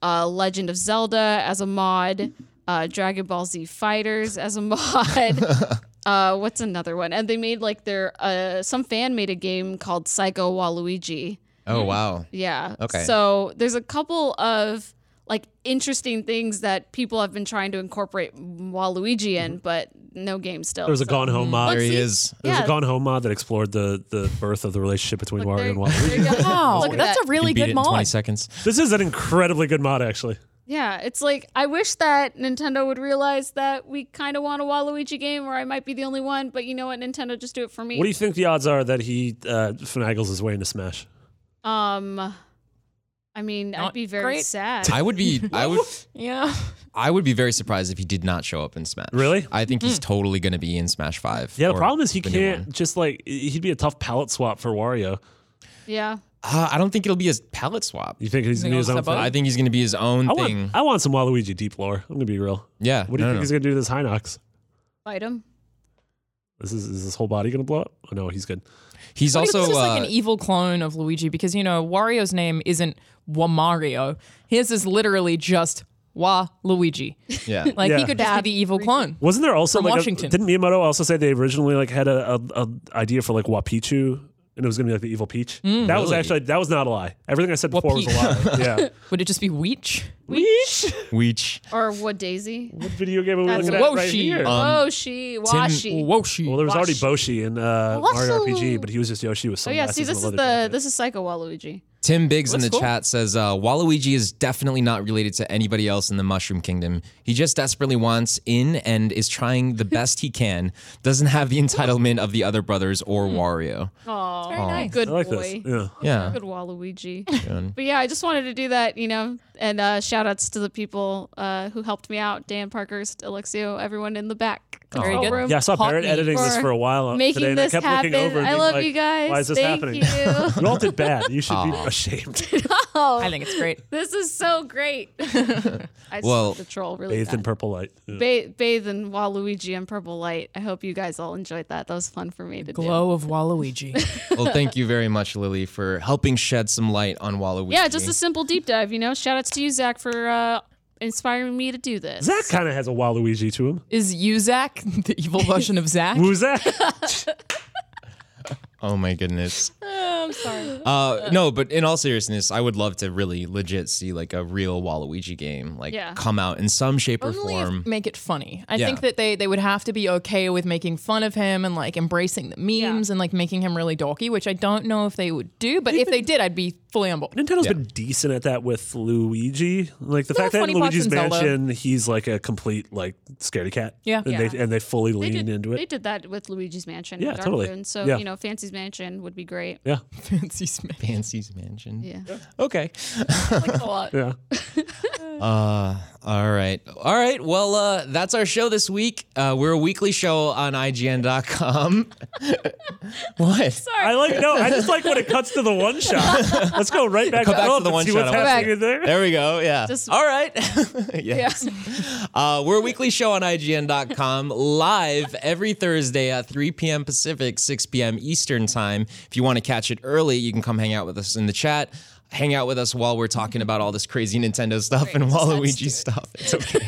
E: uh legend of zelda as a mod uh dragon ball z fighters as a mod uh what's another one and they made like their uh some fan made a game called psycho waluigi
B: Oh wow.
E: yeah
B: Okay.
E: so there's a couple of like interesting things that people have been trying to incorporate Waluigi in, but no game still.
C: There was a
E: so-
C: Gone Home mod.
E: Let's
B: There he
E: see.
B: is.
C: There was
E: Yeah.
C: a Gone Home mod that explored the the birth of the relationship between
E: Look,
C: Wario
E: there-
C: and
E: there
C: Waluigi.
E: you go.
D: Wow,
E: Look at
D: that's
E: that.
D: a really
B: you beat
D: good
B: it in
D: mod.
B: 20 seconds.
C: This is an incredibly good mod, actually.
E: Yeah, it's like I wish that Nintendo would realize that we kind of want a Waluigi game, or I might be the only one. But you know what, Nintendo, just do it for me.
C: What do you think the odds are that he uh, finagles his way into Smash?
E: um, I mean, I'd
D: Not
E: be very
D: great.
E: sad.
B: I would be I would
D: Yeah.
B: I would be very surprised if he did not show up in Smash.
C: Really?
B: I think
D: Mm.
B: he's totally going to be in Smash 5.
C: Yeah, the
B: or
C: problem is he
B: the new
C: can't
B: one.
C: just like he'd be a tough palette swap for Wario.
E: yeah,
B: Uh, I don't think it'll be a palette swap.
C: You think he's
D: You
C: gonna do
D: think
C: his own
D: I'll
C: thing?
B: I think he's going to be his own
C: I
B: thing.
C: want, I want some Waluigi deep lore. I'm gonna be real.
B: yeah.
C: What do
B: no,
C: you think
B: no,
C: he's
B: no.
C: gonna do to this Hinox?
E: fight him.
C: This is, is his whole body gonna blow up? Oh no, he's good.
B: He's
D: But
B: also
D: it's just
B: uh,
D: like an
C: E
D: evil clone of Luigi because you know Wario's name isn't Wamario. His is literally just Wa Luigi.
B: yeah.
D: Like he
C: Yeah.
D: could just be the evil clone.
C: Wasn't there also
D: From
C: like a-
D: Washington.
C: didn't Miyamoto also say they originally like had a, a, a idea for like Wapichu and it was gonna be like the evil Peach?
E: Mm.
C: that was
B: Really?
C: actually that was not a lie. Everything I said before was a
B: Wapeach.
C: lie. yeah.
D: Would it just be Weech?
C: Weesh.
B: Weech.
E: Or what Daisy?
C: What Um, video game are we looking at
D: Woshi.
C: right here? Uh,
E: oh, she washi.
D: Woshi.
C: well, there was already Boshi in uh, Mario RPG, but he was just Yoshi with
E: oh
C: some.
E: yeah, see, this is the this is Psycho Waluigi.
B: Tim Biggs in
D: That's
B: the
D: cool.
B: chat says uh, Waluigi is definitely not related to anybody else in the Mushroom Kingdom. He just desperately wants in and is trying the best he can. Doesn't have the entitlement of the other brothers or
C: Hmm.
B: Wario.
E: Oh,
D: very nice.
E: good
C: I like this.
E: boy.
C: Yeah.
B: Yeah.
E: Good Waluigi. but yeah, I just wanted to do that, you know, and uh, shout outs to the people uh, who helped me out Dan Parkhurst, Alexio, everyone in the back.
D: Very
E: control
D: Oh, good.
E: room.
C: Yeah, I saw
D: Hot
C: Barrett
D: meat.
C: editing this
E: For
C: for a while uh,
E: Making
C: today, and I
E: this
C: kept
E: happen.
C: looking over. and
E: I
C: being
E: love
C: like,
E: you guys.
C: Why is this
E: Thank
C: happening?
E: you.
C: You all did bad. You should be
B: Aw.
C: ashamed.
D: I think it's great.
E: This is so great. I
B: Well,
E: well, the troll really
C: Bathed in
E: bad.
C: purple light. Yeah.
E: Ba- bathe in Waluigi and Purple Light. I hope you guys all enjoyed that. That was fun for me to do.
D: Glow of Waluigi.
B: well, thank you very much, Lily, for helping shed some light on Waluigi.
E: Yeah, just a simple deep dive, you know. Shout outs to you, Zach, for uh, inspiring me to do this.
C: Zach kind of has a Waluigi to him.
D: Is Yuzak the evil version of Zack?
C: Who's that?
B: oh my goodness.
E: Oh, I'm sorry.
B: Uh, no, but in all seriousness, I would love to really legit see like a real Waluigi game like
E: Yeah.
B: come out in some shape or
D: Only
B: form.
D: if- make it funny. I
B: Yeah.
D: think that they they would have to be okay with making fun of him and like embracing the memes and like making him really dorky, which I don't know if they would do. But if they did, I'd be fully on board.
C: Nintendo's been decent at that with Luigi. Like the
D: Still
C: fact that
D: funny
C: in
D: box
C: Luigi's
D: in Zelda.
C: Mansion, he's like a complete like scaredy cat.
D: Yeah.
C: and, They, and they fully
E: They
C: lean
E: did,
C: into
E: they
C: it.
E: did that with Luigi's Mansion.
C: Yeah,
E: and Dark
C: totally.
E: Moon, so,
C: Yeah.
E: you know, Fancy's Mansion would be great.
C: Yeah,
D: Fancy smack.
B: Fancy's Mansion.
E: Yeah.
B: Okay.
C: yeah.
B: Uh, all right. All right. Well, uh, that's our show this week. Uh, we're a weekly show on IGN.com. what?
C: I like no. I just like when it cuts to the one shot. Let's go right back,
B: Come back
C: up
B: to the
C: and
B: one
C: see
B: shot.
C: what's
B: I wanna
C: happening in there.
B: There we go. Yeah.
E: Just-
B: All right. yes. Uh, we're a weekly show on IGN.com live every Thursday at 3 p.m. Pacific, 6 p.m. Eastern time. If you want to catch it early, you can come hang out with us in the chat. Hang out with us while we're talking about all this crazy Nintendo stuff and Waluigi stuff. It's okay.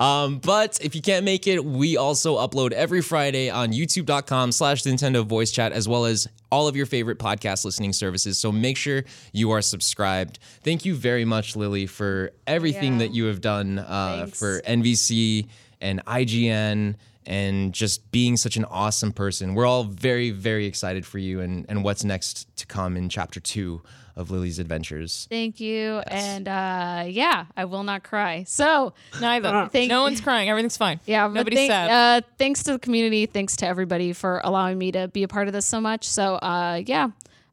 B: Um, but if you can't make it, we also upload every Friday on youtube.com slash Nintendo voice chat, as well as all of your favorite podcast listening services. So make sure you are subscribed. Thank you very much, Lily, for everything
E: Yeah.
B: that you have done uh, for NVC and IGN and just being such an awesome person. We're all very, very excited for you and, and what's next to come in chapter two of Lily's adventures.
E: Thank you. And uh, yeah, I will not cry. So,
D: Neither.
E: Thank-
D: Uh, no one's crying. Everything's fine.
E: yeah, but
D: Nobody's
E: thank-
D: sad.
E: Uh, thanks to the community. Thanks to everybody for allowing me to be a part of this so much. So, uh, yeah, uh,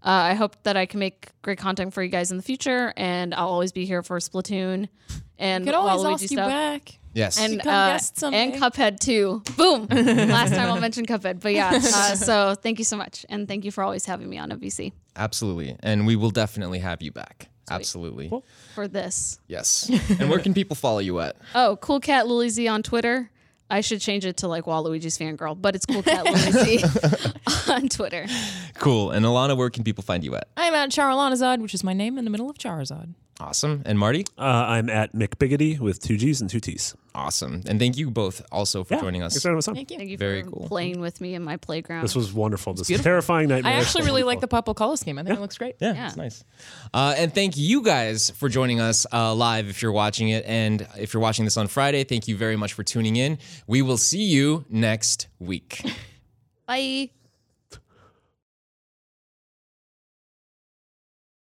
E: I hope that I can make great content for you guys in the future. And I'll always be here for Splatoon and
D: I could always
E: Waluigi
D: ask you
E: stuff.
D: back.
B: Yes.
E: and
D: come guest someday.
E: Uh, and Cuphead too. Boom! Last time I'll mention Cuphead, but yeah. Uh, so thank you so much, and thank you for always having me on OVC
B: Absolutely. And we will definitely have you back. Absolutely.
E: for this.
B: Yes. and where can people follow you at?
E: Oh, Cool Cat Lily Z on Twitter. I should change it to like Waluigi's fangirl, but it's Cool Cat Lily Z on Twitter.
B: Cool. And Alana, where can people find you at?
D: I'm at Charizard, which is my name in the middle of Charizard.
B: Awesome. And Marty?
C: Uh, I'm at McBiggity with two G's and two T's.
B: Awesome. And thank you both also for
C: Yeah,
B: joining us.
C: thanks for having us on.
D: Thank you.
E: Thank you
B: Very
E: for
B: cool.
E: playing with me in my playground.
C: This was wonderful. This terrifying nightmare.
D: I actually
C: was
D: really like the Pablo
C: wonderful.
D: Colas game. I think it looks great.
B: Yeah,
E: Yeah.
B: it's nice. Uh, and thank you guys for joining us uh, live if you're watching it. And if you're watching this on Friday, thank you very much for tuning in. We will see you next week.
E: Bye.